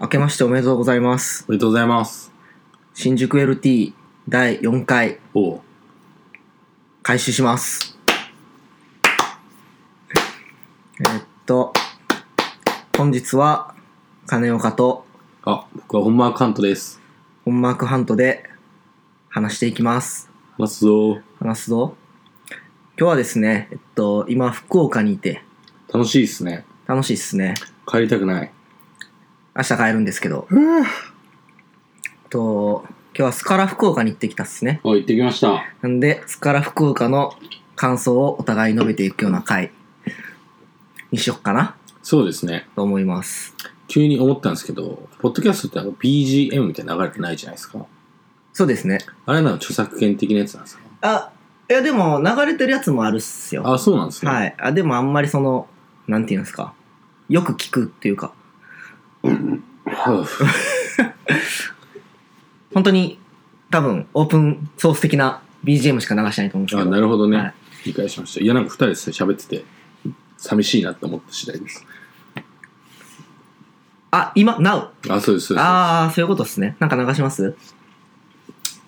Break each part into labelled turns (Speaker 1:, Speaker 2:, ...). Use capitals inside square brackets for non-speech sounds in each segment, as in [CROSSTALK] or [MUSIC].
Speaker 1: 明けましておめでとうございます。
Speaker 2: おめでとうございます。
Speaker 1: 新宿 LT 第4回
Speaker 2: おう
Speaker 1: 開始します。えっと、本日は金岡と
Speaker 2: あ、僕は本間カントです。
Speaker 1: 本マークハントで話していきます。
Speaker 2: 話すぞ。
Speaker 1: 話すぞ。今日はですね、えっと、今福岡にいて
Speaker 2: 楽しいっすね。
Speaker 1: 楽しいっすね。
Speaker 2: 帰りたくない。
Speaker 1: 明日帰るんですけど。えっと、今日はスカラ福岡に行ってきたっすね。
Speaker 2: おい、行ってきました。
Speaker 1: なんで、スカラ福岡の感想をお互い述べていくような回にしよっかな
Speaker 2: そうですね。
Speaker 1: と思います。
Speaker 2: 急に思ったんですけど、ポッドキャストってなんか BGM みたいな流れてないじゃないですか。
Speaker 1: そうですね。
Speaker 2: あれなの著作権的なやつなんですか
Speaker 1: あ、いやでも流れてるやつもあるっすよ。
Speaker 2: あ、そうなんですね。
Speaker 1: はい。あ、でもあんまりその、なんていうんですか。よく聞くっていうか、
Speaker 2: はぁ
Speaker 1: 本当に多分オープンソース的な BGM しか流してないと思うんですけ
Speaker 2: あ、
Speaker 1: ど。
Speaker 2: なるほどね。
Speaker 1: はい
Speaker 2: 理解しました。いや、なんか二人で喋ってて、寂しいなって思った次第です。
Speaker 1: あ、今、Now!
Speaker 2: あ、そうです、そうです。
Speaker 1: あー、そういうことっすね。なんか流します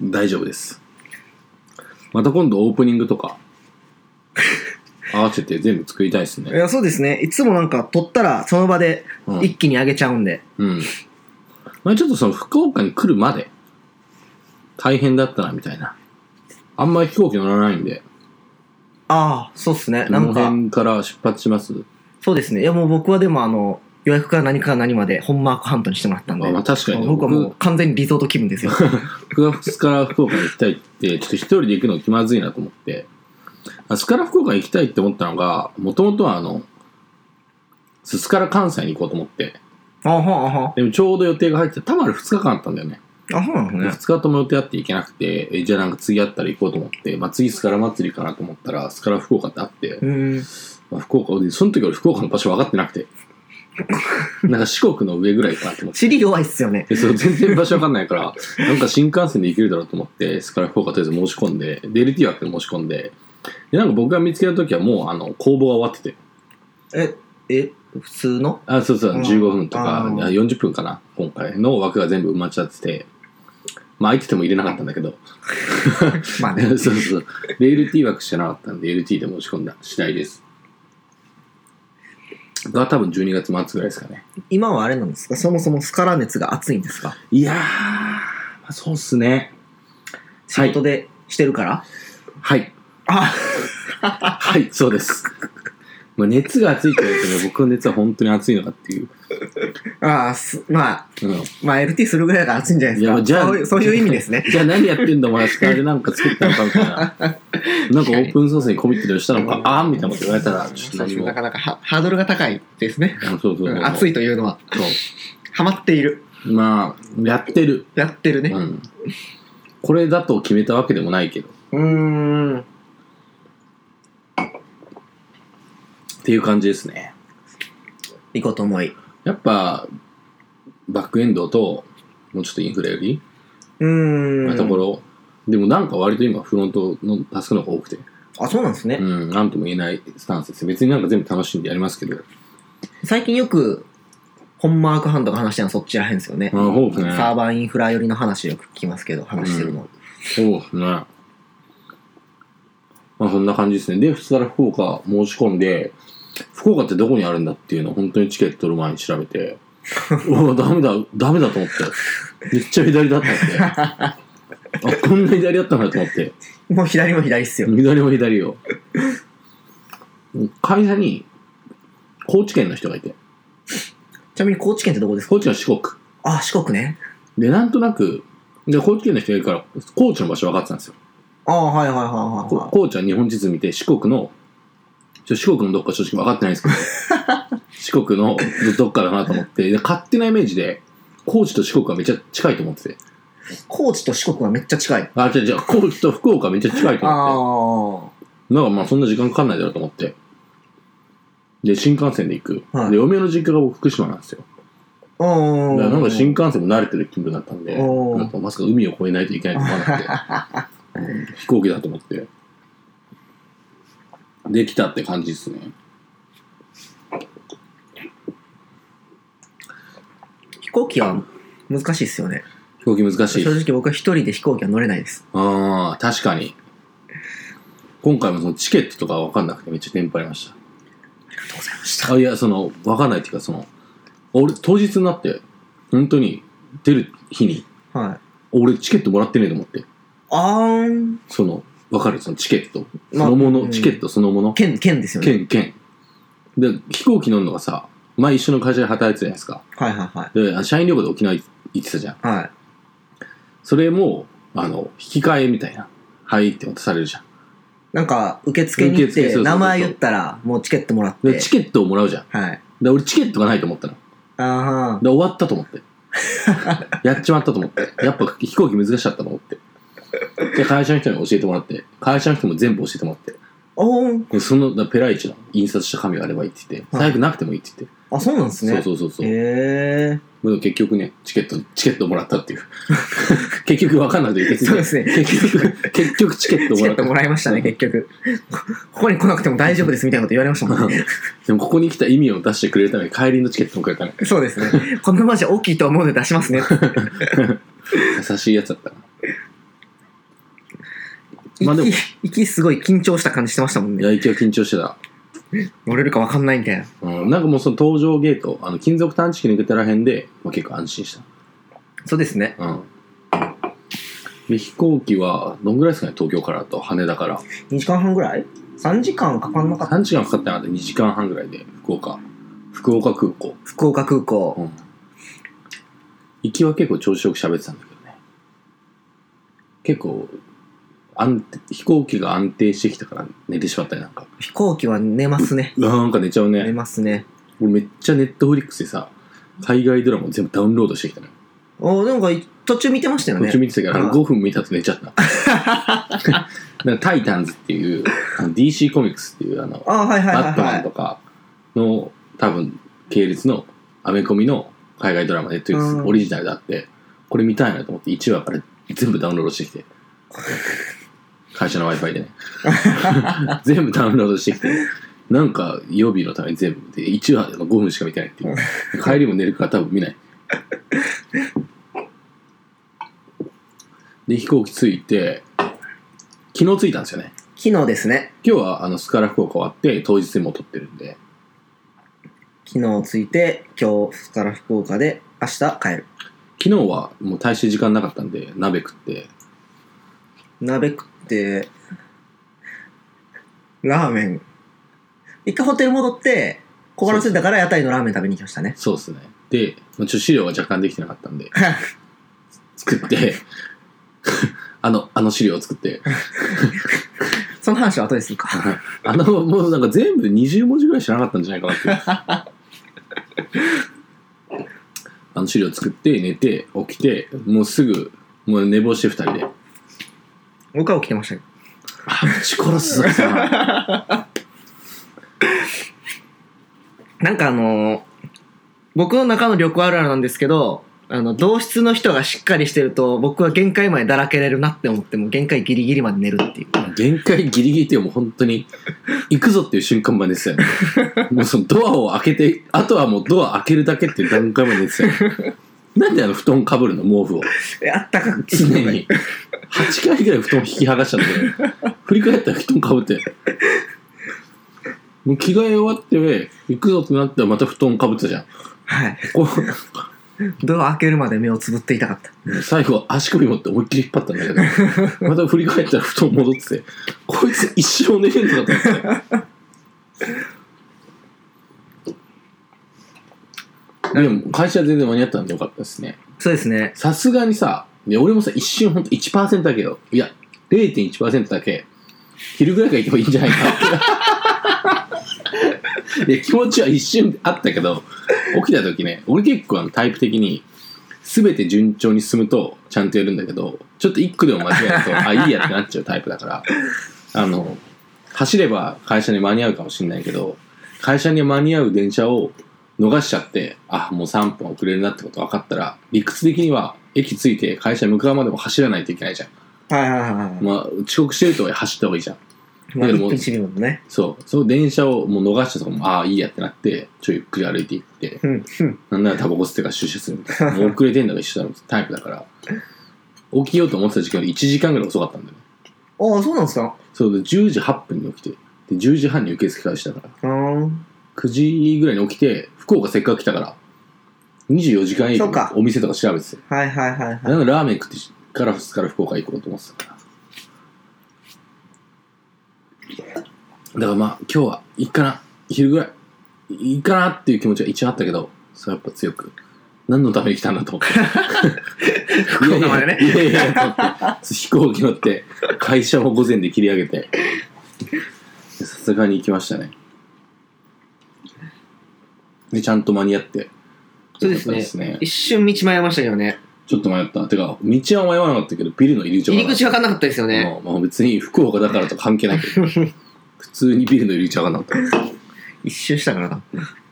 Speaker 2: 大丈夫です。また今度オープニングと [LAUGHS] か、合わせて全部作りたいです
Speaker 1: い
Speaker 2: ね。
Speaker 1: や、そうですね。いつもなんか撮ったらその場で
Speaker 2: うん
Speaker 1: 一気に上げちゃうんで。
Speaker 2: うん。まあちょっとその福岡に来るまで、大変だったな、みたいな。あんまり飛行機乗らないんで、
Speaker 1: あー、そうっすね。
Speaker 2: こ
Speaker 1: な
Speaker 2: の
Speaker 1: んか。
Speaker 2: 辺から出発します。
Speaker 1: そうですね。いやもう僕はでもあの、予約から何から何まで本マークハントにしてもらったんで。
Speaker 2: あまあ確かにね
Speaker 1: 僕はもう完全にリゾート気分です
Speaker 2: [LAUGHS]
Speaker 1: よ。
Speaker 2: 僕がスカラ福岡に行きたいって、ちょっと一人で行くの気まずいなと思って、あスカラ福岡に行きたいって思ったのが、もともとはあの、すすから関西に行こうと思って、
Speaker 1: あはんあはん。
Speaker 2: でもちょうど予定が入ってた、たまる2日間あったんだよね。
Speaker 1: あ、そうなんですね。
Speaker 2: 2日とも予定あって行けなくて、えじゃあなんか次あったら行こうと思って、まあ次スカラ祭りかなと思ったら、スカラ福岡ってあって、
Speaker 1: うーん。
Speaker 2: まあ、福岡、でその時俺福岡の場所分かってなく
Speaker 1: [LAUGHS]
Speaker 2: て。なんか四国の上ぐらいかなと思って。
Speaker 1: 尻弱いっすよね。
Speaker 2: でそう全然場所分かんないから、なんか新幹線で行けるだろうと思って、それから福岡とりあえず申し込んで、で、LT 枠で申し込んで、で、なんか僕が見つけた時はもう、あの、公募が終わってて。
Speaker 1: え、え、普通の
Speaker 2: あ、そうそう、
Speaker 1: うん
Speaker 2: 15分とか、あ
Speaker 1: あー
Speaker 2: 40分かな、今回の枠が全部埋まっちゃってて、まあ空いてても入れなかったんだけど、
Speaker 1: まあ
Speaker 2: [LAUGHS]
Speaker 1: ね。
Speaker 2: そうそう。で、LT 枠してなかったんで、LT で申し込んだ次第です。が多分12月末ぐらいですかね。
Speaker 1: 今はあれなんですかそもそもスカラ熱が熱いんですか
Speaker 2: いやー、まあ、そうっすね。
Speaker 1: 仕事でしてるから、
Speaker 2: はい。
Speaker 1: あ、
Speaker 2: はい、そう
Speaker 1: [LAUGHS]
Speaker 2: です。まあ、熱が熱いって言われてね、僕の熱は本当に熱いのかっていう。
Speaker 1: あーすまあ、
Speaker 2: うん。
Speaker 1: まあ LT するぐらいが熱いんじゃないです
Speaker 2: いや
Speaker 1: か。
Speaker 2: じゃあ
Speaker 1: そういうそういう意味ですね。
Speaker 2: [LAUGHS] じゃあ何やってんだ、お前、下でなんか作ったのかみ
Speaker 1: [LAUGHS]
Speaker 2: たいな。なんかオープンソースにコミットでしたのか、あーみたいなこと言われたら、ちょっと何も
Speaker 1: な。かなかハハードルが高いですね。
Speaker 2: うんそうそうそう。
Speaker 1: 熱いというのは、
Speaker 2: そ
Speaker 1: ハマっている。
Speaker 2: う。まあ、やってる。
Speaker 1: やってるね。
Speaker 2: うん。これだと決めたわけでもないけど。
Speaker 1: うーん。
Speaker 2: っていう感じですね。
Speaker 1: いこうと思い。
Speaker 2: やっぱ、バックエンドと、もうちょっとインフレより、
Speaker 1: うーん。
Speaker 2: ところ、でもなんか割と今フロントのタスクの方が多くて、
Speaker 1: あ、そうなんですね。
Speaker 2: うん、なんとも言えないスタンスです。別になんか全部楽しんでやりますけど、
Speaker 1: 最近よく、本マークハンドが話してるのはそっちらへんですよね。
Speaker 2: あそうですね
Speaker 1: サーバーインフラ寄りの話よく聞きますけど、話してるの。
Speaker 2: そうですね。まあそんな感じですね。で、普通から福岡申し込んで、福岡ってどこにあるんだっていうのを本当にチケット取る前に調べて、うわ、ダメだ、ダメだと思って。めっちゃ左だったんで。あ、こんな左だったんだと思って。
Speaker 1: もう左も左っすよ。
Speaker 2: 左も左よ。会社に、高知県の人がいて、
Speaker 1: ちなみに高知県ってどこですか
Speaker 2: 高知は四国。
Speaker 1: あ、四国ね。
Speaker 2: で、なんとなく、で、高知県の人がいるから、高知の場所分かってたんですよ。
Speaker 1: ああ、はいはいはい
Speaker 2: こ
Speaker 1: は
Speaker 2: 高知は日本地図見て、四国の、ちょ四国のどっか正直分かってないんですけど、
Speaker 1: [LAUGHS]
Speaker 2: 四国のどっかだなと思って、で勝手なイメージで、高知と四国はめっちゃ近いと思ってて。
Speaker 1: い。高知と四国はめっちゃ近い。
Speaker 2: あ、違う違う、高知と福岡はめっちゃ近いと
Speaker 1: あ
Speaker 2: 思っ
Speaker 1: あ。
Speaker 2: て。なんかまあそんな時間かかんないだろうと思って。で、新幹線で行く。
Speaker 1: はい
Speaker 2: で、嫁の実家が僕福島なんですよ。
Speaker 1: う
Speaker 2: だ
Speaker 1: ん。
Speaker 2: からなんか新幹線も慣れてる気分だったんで、
Speaker 1: おー
Speaker 2: なんかまさか海を越えないといけないと思わな
Speaker 1: [LAUGHS]
Speaker 2: くて、飛行機だと思って。できたって感じですね。
Speaker 1: 飛行機は難しいですよね。
Speaker 2: 飛行機難しい
Speaker 1: 正。直僕は一人で飛行機は乗れないです。
Speaker 2: ああ、確かに。今回もそのチケットとか分かんなくてめっちゃテンパりまし
Speaker 1: ありがとうございました。
Speaker 2: た。あ、いや、その、分かんないっていうか、その、俺、当日になって、本当に出る日に、
Speaker 1: はい。
Speaker 2: 俺チケットもらってねえと思って。
Speaker 1: あーん。
Speaker 2: その、分かるそのチケット。そ
Speaker 1: まあ
Speaker 2: のもの、
Speaker 1: うん
Speaker 2: チケットそのもの。
Speaker 1: 県、県ですよね。
Speaker 2: 券、券。で、飛行機乗るのがさ、前一緒の会社で働いてたじゃないですか。
Speaker 1: はいはいはい。
Speaker 2: で、あ社員旅行で沖縄行ってたじゃん。
Speaker 1: はい。
Speaker 2: それも、あの、引き換えみたいな。はいって渡されるじゃん。
Speaker 1: なんか、受付に行っ
Speaker 2: 受付そうそう
Speaker 1: て、
Speaker 2: そう
Speaker 1: 名前言ったら、もうチケットもらって
Speaker 2: で、。チケットをもらうじゃん。
Speaker 1: はい。
Speaker 2: で、俺チケットがないと思ったの。
Speaker 1: あ
Speaker 2: で、終わったと思
Speaker 1: [LAUGHS]
Speaker 2: って。やっちまったと思って。やっぱ飛行機難しかったと思って。で、会社の人に教えてもらって、会社の人も全部教えてもらって。
Speaker 1: あ。おーん。
Speaker 2: で、その、だペライチの印刷した紙があればいいって言って、
Speaker 1: はい
Speaker 2: 財布なくてもいいって言って。
Speaker 1: あ、そうなんですね。
Speaker 2: そうそうそうそう。
Speaker 1: へえ。
Speaker 2: でも結局ね、チケット、チケットもらったっていう。 [LAUGHS] 結局わかんなくて、
Speaker 1: そうですね。
Speaker 2: 結局、結局チケット
Speaker 1: チケ
Speaker 2: もら
Speaker 1: ッ
Speaker 2: った
Speaker 1: ト。もらいましたね、結局。 [LAUGHS] ここに来なくても大丈夫ですみたいなこと言われましたもんね。
Speaker 2: でもここに来た意味を出してくれるために帰りのチケットもくれたね。
Speaker 1: そうですね。このマジ大きいと思うので出しますね。
Speaker 2: 優しいやつだったな。まあでも
Speaker 1: 息、息すごい緊張した感じしてましたもん
Speaker 2: い
Speaker 1: ね。
Speaker 2: や、一応緊張してた。
Speaker 1: 乗れるかわかんないみたいな。
Speaker 2: うん、なんかもうその搭乗ゲート、あの、金属探知機抜けたらへんで、まあ、結構安心し
Speaker 1: そうですね。
Speaker 2: た。うん。で、飛行機は、どんぐらいですかね、東京からだと、羽田から。
Speaker 1: 2時間半ぐらい ?3 時間かかんなかった。
Speaker 2: 3時間かかったなって2時間半ぐらいで、福岡。福岡空港。
Speaker 1: 福岡空港。
Speaker 2: うん。行きは結構調子よく喋ってたんだけどね。結構、安定飛行機が安定してきたから寝てしまったりなんか。
Speaker 1: 飛行機は寝ますね。
Speaker 2: うわなんか寝ちゃう
Speaker 1: 寝
Speaker 2: ね。
Speaker 1: ますね。
Speaker 2: 俺めっちゃネットフリックスでさ、海外ドラマ全部ダウンロードしてきたのよ。
Speaker 1: おなんかい途中見てましたよ
Speaker 2: 途
Speaker 1: ね
Speaker 2: 中。見てたけど、あ
Speaker 1: う
Speaker 2: の
Speaker 1: ん
Speaker 2: 5分見たと寝ち
Speaker 1: [LAUGHS]
Speaker 2: ゃった。なんかタイタンズっていう、あの DC コミックスっていう、あの、
Speaker 1: あはいはいは
Speaker 2: バット
Speaker 1: いは
Speaker 2: マン
Speaker 1: い
Speaker 2: と。かの多分系列のアメコミの海外ドラマネットリックス
Speaker 1: うん
Speaker 2: オリジナルであってこれ見たいなと思って1話から全部ダウンロードしてきて会社の w i
Speaker 1: [LAUGHS]
Speaker 2: f i でね全部ダウンロードしてきてなんか予備のために全部見て1話でも5分しか見てないっていう帰りも寝るから多分見ないで飛行機着いて昨日着いたんですよね
Speaker 1: 昨日ですね。
Speaker 2: 今日はあのスカラ福岡終わって当日にもう撮ってるんで
Speaker 1: 昨日着いて、今日から福岡で、明日帰る。
Speaker 2: 昨日はもう大して時間なかったんで鍋食って
Speaker 1: 鍋食って、ラーメン。一回ホテル戻って、小腹空いたから屋台のラーメン食べに行きましたね。
Speaker 2: そうですねでまあちょっと資料が若干できてなかったんで作って [LAUGHS] あのあの資料を作って
Speaker 1: その話は後でするか。
Speaker 2: あのもうなんか全部20文字ぐらいしなかったんじゃないかなっていうあの資料作って寝て起きてもうすぐもう寝坊して2人で
Speaker 1: 僕は起きてましたよ。
Speaker 2: あぶち殺すぞさ
Speaker 1: なんかあのー僕の中の旅行あるあるなんですけど、あの、同室の人がしっかりしてると、僕は限界までだらけれるなって思って、もう限界ギリギリまで寝るっていう。
Speaker 2: 限界ギリギリってもう本当に行くぞっていう瞬間までですよねもうそのドアを開けてあとはもうドア開けるだけっていう段階までですよねなんであの布団かぶるの毛布を
Speaker 1: えあったかく
Speaker 2: 常に8回ぐらい布団引き剥がしちゃって振り返ったら布団かぶってもう着替え終わって行くぞってなったらまた布団かぶってたじゃん
Speaker 1: [LAUGHS] はい。
Speaker 2: こ
Speaker 1: ドア開けるまで目をつぶっていたかった。
Speaker 2: う最後足首持って思いっきり引っ張ったんだけどまた振り返ったら布団戻っててこいつ一生寝れんのかと思ってでも会社は全然間に合ったんでよかったですね
Speaker 1: そうですね。
Speaker 2: さすがにさいや俺もさ一瞬ほんと1%だけどいや0.1%だけ昼ぐらいから行けばいいんじゃないかって [LAUGHS] いや気持ちは一瞬あったけど起きた時ね俺結構あのタイプ的に全て順調に進むとちゃんとやるんだけどちょっと一個でも間違えるとあいいやってなっちゃうタイプだからあの走れば会社に間に合うかもしれないけど会社に間に合う電車を逃しちゃって、あ、もう3分遅れるなってこと分かったら、理屈的には駅着いて会社に向かうまでも走らないといけないじゃん。
Speaker 1: はいはいはいはい。
Speaker 2: まあ、遅刻してるとはいえ走った方がいいじゃん。だけども
Speaker 1: 1分1秒のね。
Speaker 2: そう。その電車をもう逃したとかも、ああ、いいやってなって、ちょいゆっくり歩いていって、
Speaker 1: うん。うん
Speaker 2: なんならタバコ吸ってから出社するみ
Speaker 1: [LAUGHS]
Speaker 2: たいな。もう遅れてんだから一緒だろタイプだから。起きようと思ってた時間より1時間ぐらい遅かったんだよね。
Speaker 1: ああ、そうなんですか
Speaker 2: そうで、10時8分に起きて、で、10時半に受付開始だか
Speaker 1: あ
Speaker 2: ら、
Speaker 1: ー
Speaker 2: 9時ぐらいに起きて、福岡せっかく来たから、24時間営業
Speaker 1: そうか
Speaker 2: のお店とか調べてて、
Speaker 1: はいはいはいはい。
Speaker 2: なんかラーメン食ってから2日ら福岡行こうと思ってたから。だからまあ今日はいいかな、昼ぐらい、いいかなっていう気持ちが一応あったけど、それはやっぱ強く、何のために来たんだと思って。
Speaker 1: 福岡までね
Speaker 2: いやいやいやいやと思って飛行機乗って、会社も午前で切り上げて、さすがに行きましたね。で、ちゃんと間に合って。
Speaker 1: そうですね
Speaker 2: よかった
Speaker 1: 一瞬道迷いましたけどね。
Speaker 2: ちょっと迷った。てか、道は迷わなかったけど、ビルの入り口は
Speaker 1: 入り口分かんなかったですよね。
Speaker 2: まあ、まあ別に福岡だからとか関係な
Speaker 1: [LAUGHS]
Speaker 2: いけど普通にビルの入り口上がんなかっ
Speaker 1: 一瞬したからな。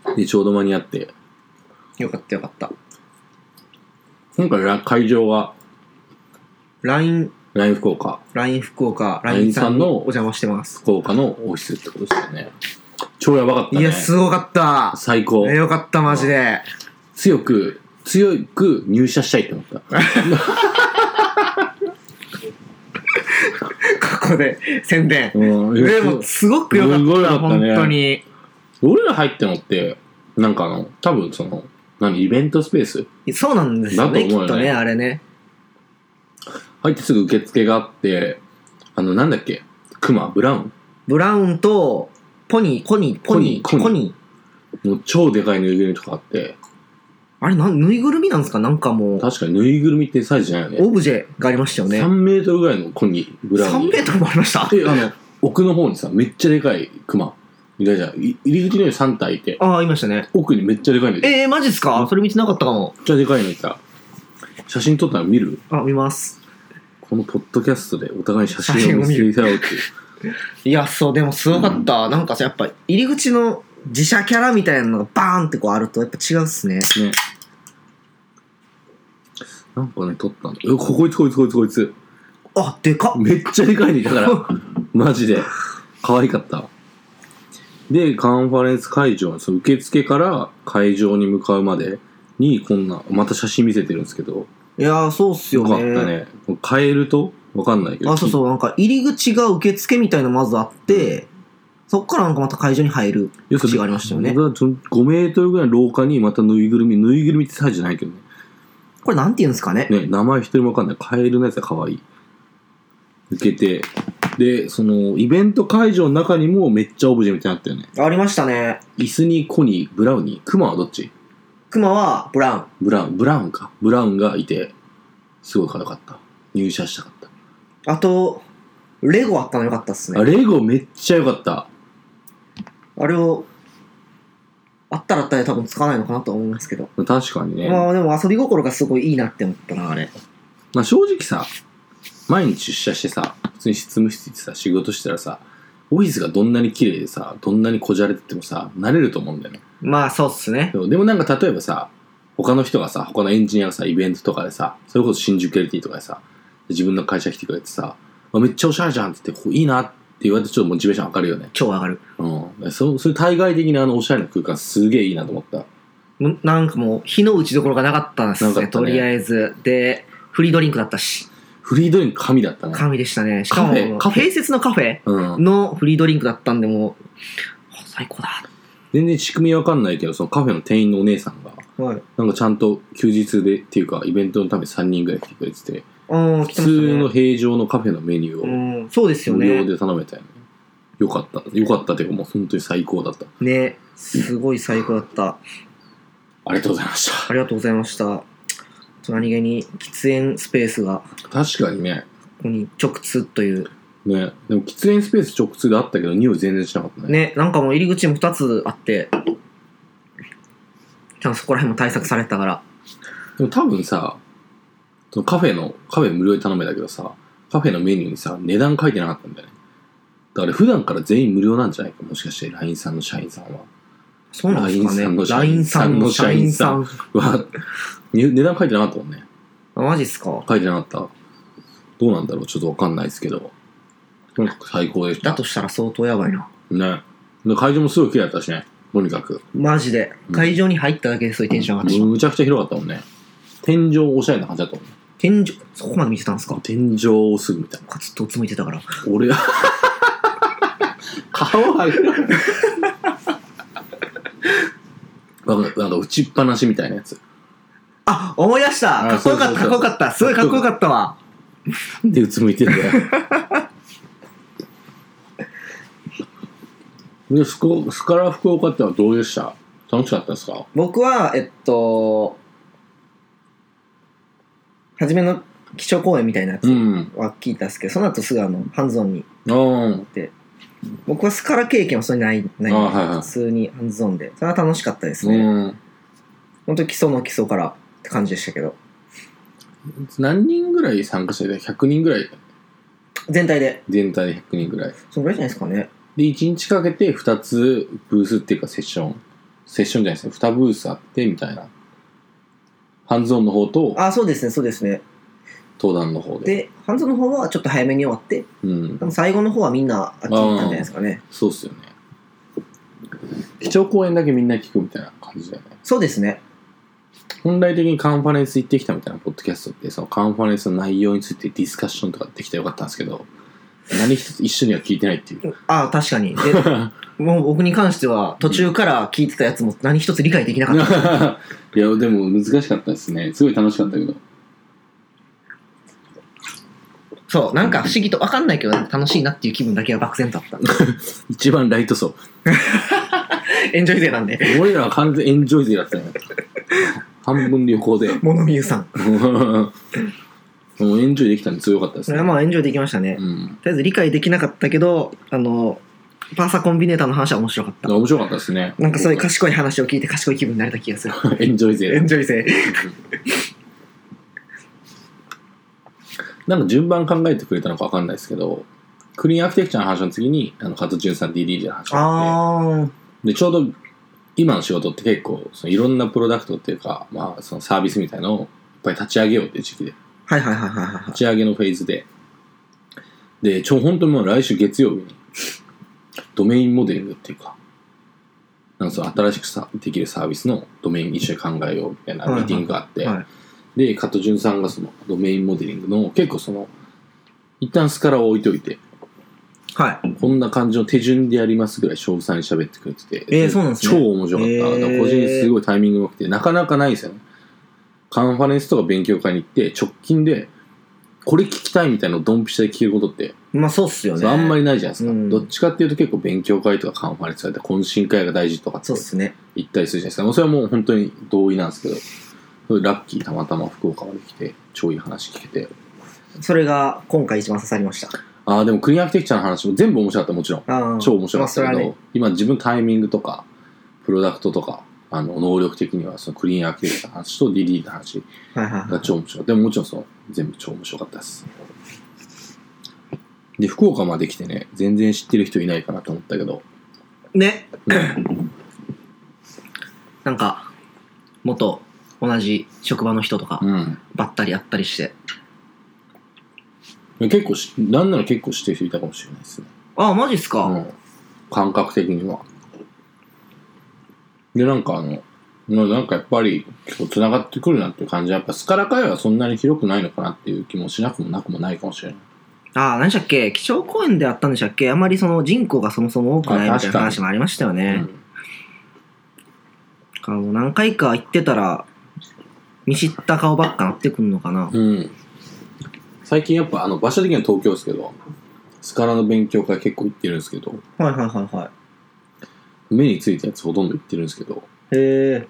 Speaker 2: たでちょうど間に合って
Speaker 1: よかったよかった。
Speaker 2: 今回ら会場は
Speaker 1: LINE、
Speaker 2: LINE 福岡
Speaker 1: LINE 福岡、
Speaker 2: LINE
Speaker 1: LINE
Speaker 2: さ
Speaker 1: さ
Speaker 2: ん
Speaker 1: ん
Speaker 2: の
Speaker 1: のお邪魔してます。
Speaker 2: 福岡のオフィスってことですよね超やばかったね
Speaker 1: いや、すごかった。
Speaker 2: 最高
Speaker 1: えよかった、マジで。
Speaker 2: 強く強く入社したいって思った
Speaker 1: ここで宣伝。
Speaker 2: うんいや
Speaker 1: でも、すごくよか
Speaker 2: すごいよ
Speaker 1: った、
Speaker 2: かった
Speaker 1: 本
Speaker 2: ね
Speaker 1: 当に。
Speaker 2: 俺ら入ったのってなんかあの多分その何イベントスペース
Speaker 1: そうなんですよね、
Speaker 2: だ
Speaker 1: き
Speaker 2: と思うよね
Speaker 1: っとね、あれね。
Speaker 2: 入ってすぐ受付があってあのなんだっけクマブラウン
Speaker 1: ブラウンと、ポニー、コニー、ポニー、
Speaker 2: コニーコ
Speaker 1: コニー。
Speaker 2: の超でかいぬいぐるみとかあって
Speaker 1: あれ、なんぬいぐるみなんですかなんかもう、
Speaker 2: 確かにぬいぐるみってサイズじゃないよね
Speaker 1: オブジェがありましたよね。
Speaker 2: 3メートルぐらいのコニー、ブラウン
Speaker 1: 3
Speaker 2: に。
Speaker 1: メートルもありました
Speaker 2: で、あの、奥の方にさ、めっちゃでかいクマ。いたじゃん。い入り口のように3体いて、
Speaker 1: ああ、いましたね。
Speaker 2: 奥にめっちゃでかいのいてめっ
Speaker 1: えー、マジっすかそれ見てなかったかも。
Speaker 2: ちゃでかいのいた。写真撮ったの見る
Speaker 1: あ、見ます。
Speaker 2: このポッドキャストでお互い写真を見せ合うっていう。
Speaker 1: いや、そう、でもすごかった。なんかさ、やっぱ、入り口の自社キャラみたいなのがバーンってこうあると、やっぱ違うっすね。
Speaker 2: ね。なんかね、撮ったの。え、ここいつこいつこいつこいつ。
Speaker 1: あ、でかっ
Speaker 2: めっちゃでかいのいた
Speaker 1: [LAUGHS]
Speaker 2: から。マジで。可愛かった。で、カンファレンス会場、その受付から会場に向かうまでに、こんな、また写真見せてるんですけど、
Speaker 1: いやー、そうっすよ
Speaker 2: よ
Speaker 1: ね。
Speaker 2: かったね。カエルとわかんないけど。
Speaker 1: あ、そうそう、なんか入り口が受付みたいなのまずあって、そっからなんかまた会場に入る
Speaker 2: 要する
Speaker 1: 口
Speaker 2: に
Speaker 1: がありましたよね。
Speaker 2: 僕はその5メートルぐらいの廊下にまたぬいぐるみ、ぬいぐるみってサイズじゃないけどね。
Speaker 1: これなんて言うんですかね。
Speaker 2: ね、名前一人もわかんない。カエルのやつが可愛い。受けて。で、その、イベント会場の中にもめっちゃオブジェみたいになったよね。
Speaker 1: ありましたね。
Speaker 2: 椅子にコニー、ブラウニー、クマはどっち
Speaker 1: クマはブラウン。
Speaker 2: ブラウン、ブラウンか。ブラウンがいて、すごいかよかった。入社したかっ
Speaker 1: あと、レゴあったのよかったっす
Speaker 2: た。あ、
Speaker 1: ね。
Speaker 2: レゴめっちゃよかった。
Speaker 1: あれを、あったらあったで多分使わないのかなと思いますけど。
Speaker 2: 確かにね。
Speaker 1: まあでも遊び心がすごいいいなって思ったな、あれ。
Speaker 2: まあ正直さ、毎日出社してさ、普通に執務室行ってさ、仕事してたらさ、オフィスがどんなに綺麗でさ、どんなにこじゃれててもさ、慣れると思うんだよね。
Speaker 1: まあそうっすね。
Speaker 2: でもでもなんか例えばさ、他の人がさ、他のエンジニアがさ、イベントとかでさ、それこそ新宿 LT とかでさ、自分の会社来てくれてさ、あめっちゃおしゃれじゃんって言って、こういいなって言われてちょっとモチベーション上がるよね。
Speaker 1: 超上がる。
Speaker 2: うん。そう、そういう対外的なあのおしゃれな空間すげえいいなと思った。
Speaker 1: んなんかもう、火の打ちどころがなかったんです
Speaker 2: なか
Speaker 1: ね、
Speaker 2: ったね
Speaker 1: とりあえず。で、フリードリンクだったし、
Speaker 2: フリードリンク神だったね。
Speaker 1: 神でしたね。しかも、
Speaker 2: カフェカフェ
Speaker 1: 併設のカフェ
Speaker 2: うん。
Speaker 1: のフリードリンクだったんで、もう、あ最高だ。
Speaker 2: 全然仕組みわかんないけど、そのカフェの店員のお姉さんが、
Speaker 1: はい。
Speaker 2: なんかちゃんと休日でっていうか、イベントのため3人ぐらい来てくれてて、
Speaker 1: うん、
Speaker 2: 普
Speaker 1: 来てまし
Speaker 2: 通
Speaker 1: た
Speaker 2: の
Speaker 1: ね。
Speaker 2: 平常のカフェのメニュ
Speaker 1: う
Speaker 2: ー
Speaker 1: ん、そうです
Speaker 2: を
Speaker 1: よ
Speaker 2: 無料
Speaker 1: ね。
Speaker 2: で頼めたよね。よかった。よかったというか、もう本当に最高だった。
Speaker 1: ね、すごい最高だった。
Speaker 2: ありがとうございまし
Speaker 1: ありがとうございました。何気に喫煙スペースが
Speaker 2: た。確かにね。
Speaker 1: ここに直通という
Speaker 2: ね。でも喫煙スペース直通であったけど、匂い全然しなかったね。
Speaker 1: ねなんかもう入り口も2つあってちゃんとそこら辺も対策されてたから
Speaker 2: でも多分さ、そのカフェの、カフェ無料で頼めたけどさ、カフェのメニューにさ、値段書いてなかったんだよね。だから普段から全員無料なんじゃないか、もしかして LINE さんの社員さんは。
Speaker 1: そうなんですかね
Speaker 2: LINE さんの社
Speaker 1: 社
Speaker 2: 員さん
Speaker 1: 員さん
Speaker 2: わ値値段書いてなかったもんね。
Speaker 1: あマジっすか
Speaker 2: 書いてなかった。どうなんだろうちょっとわかんないですけど。とにかく最高でした。
Speaker 1: だとしたら相当やばいな。
Speaker 2: ね。で会場もすごい綺麗だったしね。とにかく。
Speaker 1: マジで。
Speaker 2: うん
Speaker 1: 会場に入っただけですごいテンション上がってしまう。
Speaker 2: むちゃくちゃ広かったもんね。天井おしゃれな感じだったもんね。
Speaker 1: 天井、そこまで見てたんですか
Speaker 2: 天井をすぐみたいな。
Speaker 1: かつっとうつむいてたから。
Speaker 2: 俺 [LAUGHS] は、顔はげられない。なんかなんか打ちっぱなしみたいなやつ。
Speaker 1: あ、思い出した
Speaker 2: あ
Speaker 1: かっこよかった、
Speaker 2: そ
Speaker 1: かっ
Speaker 2: う
Speaker 1: こよ
Speaker 2: そうそう
Speaker 1: かった。すごいかっこよかったわ。
Speaker 2: でうつむいてんだよ。 [LAUGHS] で、スコスカラ福岡ってのはどうでした楽しかったですか
Speaker 1: 僕は、えっと、初めの基調講演みたいなやつ
Speaker 2: ん。
Speaker 1: は聞いたんですけど、その後すぐあの、ハンズオンに。
Speaker 2: あー
Speaker 1: 僕はスカラ経験はそれない、ない
Speaker 2: あはいはい
Speaker 1: 普通にハンズオンで。それは楽しかったですね。
Speaker 2: うん。
Speaker 1: 本当に基礎の基礎からって感じでしたけど。
Speaker 2: 何人ぐらい参加してて ?100 人ぐらい。
Speaker 1: 全体で、
Speaker 2: 全体で100人ぐらい。
Speaker 1: そのぐらいじゃないですかね。
Speaker 2: で、1日かけて2つブースっていうかセッション。セッションじゃないですね。2ブースあって、みたいな。ハンズオンの方と
Speaker 1: あ、そうですね、そうですね。
Speaker 2: 登壇の方で。
Speaker 1: で、ハンズオンの方はちょっと早めに終わって、
Speaker 2: うん
Speaker 1: で。も最後の方はみんなあっち行ったんじゃないですかね。
Speaker 2: そうっすよね。基調講演だけみんな聞くみたいな感じだよね。
Speaker 1: そうですね。
Speaker 2: 本来的にカンファレンス行ってきたみたいなポッドキャストって、そのカンファレンスの内容についてディスカッションとかできたらよかったんですけど、何一つ一緒には聞いてないっていう。
Speaker 1: あ、確かに。で、 [LAUGHS]
Speaker 2: [LAUGHS]
Speaker 1: もう僕に関しては途中から聞いてたやつも何一つ理解できなかった。
Speaker 2: いや、でも難しかったですね。すごい楽しかったけど。
Speaker 1: そう、なんか不思議と分かんないけど楽しいなっていう気分だけは漠然とあった。 [LAUGHS]
Speaker 2: 一番ライト層。
Speaker 1: エンジョイ勢なん
Speaker 2: [LAUGHS]
Speaker 1: で。
Speaker 2: 俺らは完全エンジョイ勢だったよ。半分旅行で。 [LAUGHS]
Speaker 1: モノミユさん。
Speaker 2: もうエンジョイできたんで強かったです
Speaker 1: それ
Speaker 2: ね。
Speaker 1: はまあエンジョイできましたね。
Speaker 2: うん。
Speaker 1: とりあえず理解できなかったけど、あの、パーサコンビネーターの話は面白かった。
Speaker 2: 面白かったですね。
Speaker 1: なんか
Speaker 2: [LAUGHS]
Speaker 1: そういう賢い話を聞いて賢い気分になれた気がする。
Speaker 2: エンジョイ勢。
Speaker 1: エンジョイ勢。
Speaker 2: なんか順番考えてくれたのかわかんないですけど、クリーンアーキテクチャの話の次に、あの、加藤潤さん DDG の話があっ
Speaker 1: あ
Speaker 2: て、で、ちょうど今の仕事って結構、そのいろんなプロダクトっていうか、まあ、そのサービスみたいのをいっぱい立ち上げようっていう時期で、
Speaker 1: あ。はいはいはいはいはい
Speaker 2: 立。ち上げのフェーズで、で、ちょ、本当にもう来週月曜日に、ドメインモデリングっていうか、なんかその新しくさできるサービスのドメイン一緒に考えようみたいなミーティングがあって、
Speaker 1: はいはい
Speaker 2: で、加藤潤さんがそのドメインモデリングの結構その、一旦スカラを置いといて、
Speaker 1: はい。
Speaker 2: こんな感じの手順でやりますぐらい詳細に喋ってくれてて、
Speaker 1: えーそうなんですね
Speaker 2: 超面白かった。だから個人すごいタイミングが良くて、なかなかないですよね。カンファレンスとか勉強会に行って、直近で、これ聞きたいみたいなのをドンピシャで聞けることって、
Speaker 1: まあそうっすよね。
Speaker 2: そうあんまりないじゃないですか、
Speaker 1: うん
Speaker 2: どっちかっていうと結構勉強会とかカンファレンスとかで懇親会が大事とかって
Speaker 1: そうっすね。
Speaker 2: 言ったりするじゃないですか。もうそれはもう本当に同意なんですけど、それラッキーたまたま福岡まで来て、超いい話聞けて。
Speaker 1: それが今回一番刺さりました。
Speaker 2: ああ、でもクリーンアーキテクチャの話も全部面白かった、もちろん。
Speaker 1: あー
Speaker 2: 超面白かった
Speaker 1: まあ
Speaker 2: け
Speaker 1: そ
Speaker 2: ど、
Speaker 1: れはね
Speaker 2: 今自分タイミングとかプロダクトとかあの能力的にはそのクリーンアーキテクチャの話と DD の話
Speaker 1: はいはいは
Speaker 2: が
Speaker 1: い。
Speaker 2: 超面白かったでももちろんその全部超面白かったですで福岡まで来てね全然知ってる人いないかなと思ったけど
Speaker 1: ね
Speaker 2: ね。
Speaker 1: なんか、元同じ職場の人とか、
Speaker 2: うん
Speaker 1: ばったり会ったりして、
Speaker 2: 結構しなんなら結構知ってる人いたかもしれないですね、
Speaker 1: ああ、マジっすか、
Speaker 2: うん、感覚的にはでなんかあのななんかやっぱりつながってくるなっていう感じはやっぱスカラ界はそんなに広くないのかなっていう気もしなくもなくもないかもしれない
Speaker 1: ああ、何でしたっけ基調講演であったんでしたっけあまりその人口がそもそも多くない
Speaker 2: あ
Speaker 1: み
Speaker 2: 確か
Speaker 1: たい
Speaker 2: に
Speaker 1: な話もありましたよね。あの何回か行ってたら、見知った顔ばっかなってくんのかな。
Speaker 2: うん、うん最近やっぱあの場所的には東京ですけどスカラの勉強会結構行ってるんですけど
Speaker 1: はいはいはいは
Speaker 2: 目についたやつほとんど行ってるんですけど
Speaker 1: い。へえ。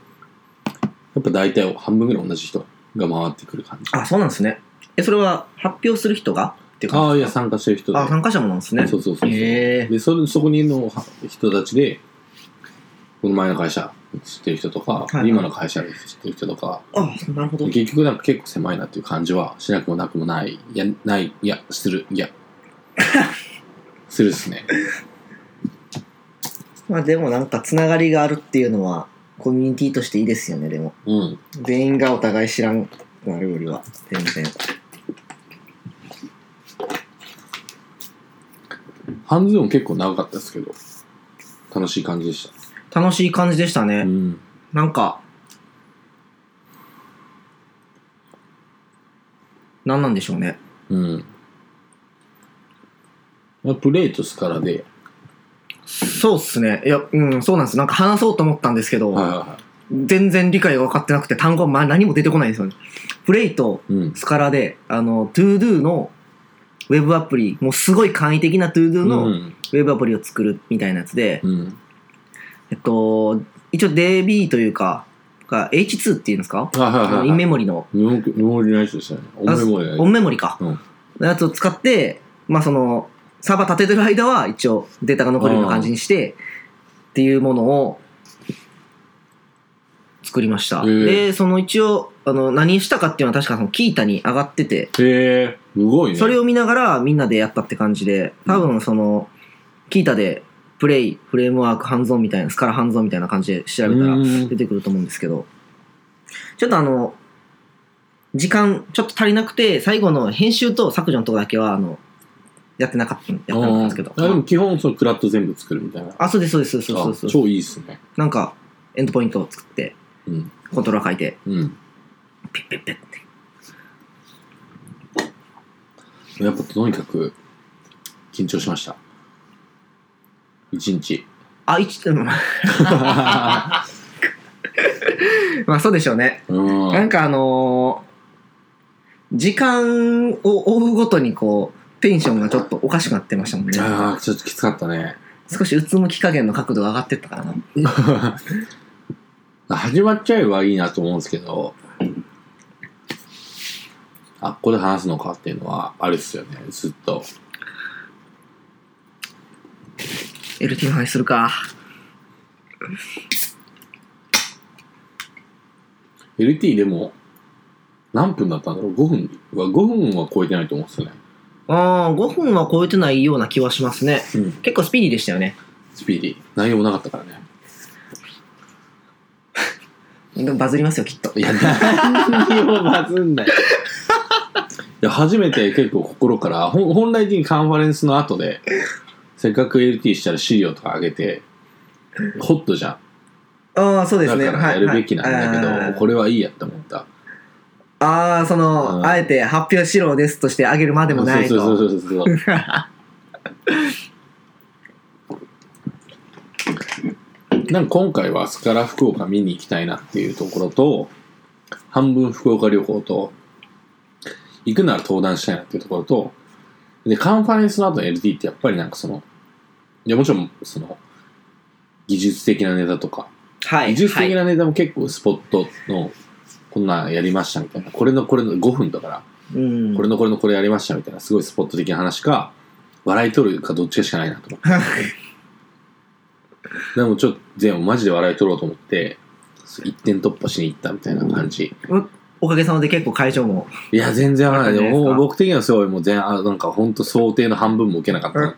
Speaker 2: やっぱ大体半分ぐらい同じ人が回ってくる感じ
Speaker 1: あ、そうなんですね。え、それは発表する人がっていう
Speaker 2: あ
Speaker 1: か。
Speaker 2: あいや参加してる人で
Speaker 1: あ、参加者もなんですね。
Speaker 2: そうそうそうそう
Speaker 1: へえ。
Speaker 2: でそれそこにいるのは人たちでこの前の会社知ってる人とか、
Speaker 1: いはい
Speaker 2: 今の会社で知ってる人とか
Speaker 1: あ、なるほど。
Speaker 2: 結局なんか結構狭いなっていう感じはしなくもなくもないいやないいやする
Speaker 1: [LAUGHS]
Speaker 2: いやするっすね
Speaker 1: まあでもなんかつながりがあるっていうのはコミュニティとしていいですよねでも
Speaker 2: うん
Speaker 1: 全員がお互い知らんなるよりは全然
Speaker 2: ハンズオン結構長かったですけど、楽しい感じでし
Speaker 1: 楽しい感じでしたね。
Speaker 2: た。うん。
Speaker 1: なんか、なんなんでしょうね。
Speaker 2: うん。まあプレーとスカラで、
Speaker 1: そうっすね。いや、うん、そうなんです。なんか話そうと思ったんですけど、
Speaker 2: はいはいは
Speaker 1: 全然理解が分かってなくて、単語はまあ何も出てこないんですよね。プレイと
Speaker 2: い。うん。
Speaker 1: スカラで、あの、トゥードゥのウェブアプリ、もうすごい簡易的なトゥードゥのウ
Speaker 2: うん。
Speaker 1: ェブアプリを作るみたいなやつで、
Speaker 2: うん。
Speaker 1: えっと、一応 DB というか、が H2 っていうんですか、
Speaker 2: あはいはい
Speaker 1: あ
Speaker 2: は
Speaker 1: の
Speaker 2: い。
Speaker 1: インメモリの、
Speaker 2: メモメモリのやつでしたね。オンメモリの
Speaker 1: オ
Speaker 2: や
Speaker 1: ンメモリか。
Speaker 2: つ。うん。
Speaker 1: のやつを使って、まあその、サーバー立ててる間は一応データが残るような感じにして、っていうものを作りました。
Speaker 2: へえ
Speaker 1: で、その一応、あの、何したかっていうのは確かそのキータに上がってて、
Speaker 2: へえ、すごいね。
Speaker 1: それを見ながらみんなでやったって感じで、多分その、キータでプレイ、フレームワーク、ハンズオンみたいな、スカラハンズオンみたいな感じで調べたら
Speaker 2: うん
Speaker 1: 出てくると思うんですけど、ちょっとあの、時間ちょっと足りなくて、最後の編集と削除のとこだけは、あの、やってなかった、やってなかったんですけど
Speaker 2: あ。ーあでも基本、そのクラッド全部作るみたいな。
Speaker 1: あ、そうです、そうです、そうですそう
Speaker 2: あ
Speaker 1: です。
Speaker 2: 超いいっすね。
Speaker 1: なんか、エンドポイントを作って、
Speaker 2: うん。
Speaker 1: コントローラー書いて、
Speaker 2: うん。
Speaker 1: ピッピッピッって。
Speaker 2: やっぱとにかく、緊張しました。一
Speaker 1: [LAUGHS]
Speaker 2: 日。
Speaker 1: あ、一、うんまあそうでしょうね。
Speaker 2: うん。
Speaker 1: なんかあのー時間を追うごとにこう、テンションがちょっとおかしくなってましたもんね。
Speaker 2: ああ、ちょっときつかったね。
Speaker 1: 少しうつむき加減の角度が上がってったからな。
Speaker 2: [LAUGHS] 始まっちゃえばいいなと思うんですけど、あ、ここで話すのかっていうのは、あれですよね、ずっと。
Speaker 1: LT の話するか。
Speaker 2: LT でも、何分だったんだろう ?5 分は、5分は超えてないと思うんですよね。
Speaker 1: ああ、5分は超えてないような気はしますね。
Speaker 2: うん。
Speaker 1: 結構スピーディーでしたよね。
Speaker 2: スピーディー。内容もなかったからね。
Speaker 1: でもバズりますよ、きっと。
Speaker 2: いや、何にもバズ [LAUGHS] んない。いや、初めて結構心から、ほん本来的にカンファレンスの後で、せっかく LT したら資料とか上げて、ホットじゃん。
Speaker 1: ああ、そうですね。
Speaker 2: だからやるべきなんだけど、
Speaker 1: はいはい
Speaker 2: これはいいやって思った。
Speaker 1: ああ、その、
Speaker 2: うん
Speaker 1: あえて発表しろですとしてあげるまでもないと。
Speaker 2: そうそうそうそう
Speaker 1: [LAUGHS]
Speaker 2: そう。なんか今回はスカラ福岡見に行きたいなっていうところと、半分福岡旅行と、行くなら登壇したいなっていうところと、で、カンファレンスの後の LT ってやっぱりなんかその、いやもちろんその、技術的なネタとか、
Speaker 1: はい。
Speaker 2: 技術的
Speaker 1: はい
Speaker 2: なネタも結構スポットの、こんなんやりましたみたいな、これのこれの5分だから、
Speaker 1: うん。
Speaker 2: これのこれのこれやりましたみたいな、すごいスポット的な話か、笑い取るかどっちかしかないなと
Speaker 1: [LAUGHS]
Speaker 2: 思って。でもちょっと、でもマジで笑い取ろうと思って、一点突破しに行ったみたいな感じ。
Speaker 1: おかげさまで結構会場も。 [LAUGHS]
Speaker 2: いや、全然笑わない。
Speaker 1: よかったんじゃないですか
Speaker 2: でも僕的にはすごい、もう全、あなんか本当想定の半分も受けなかったな。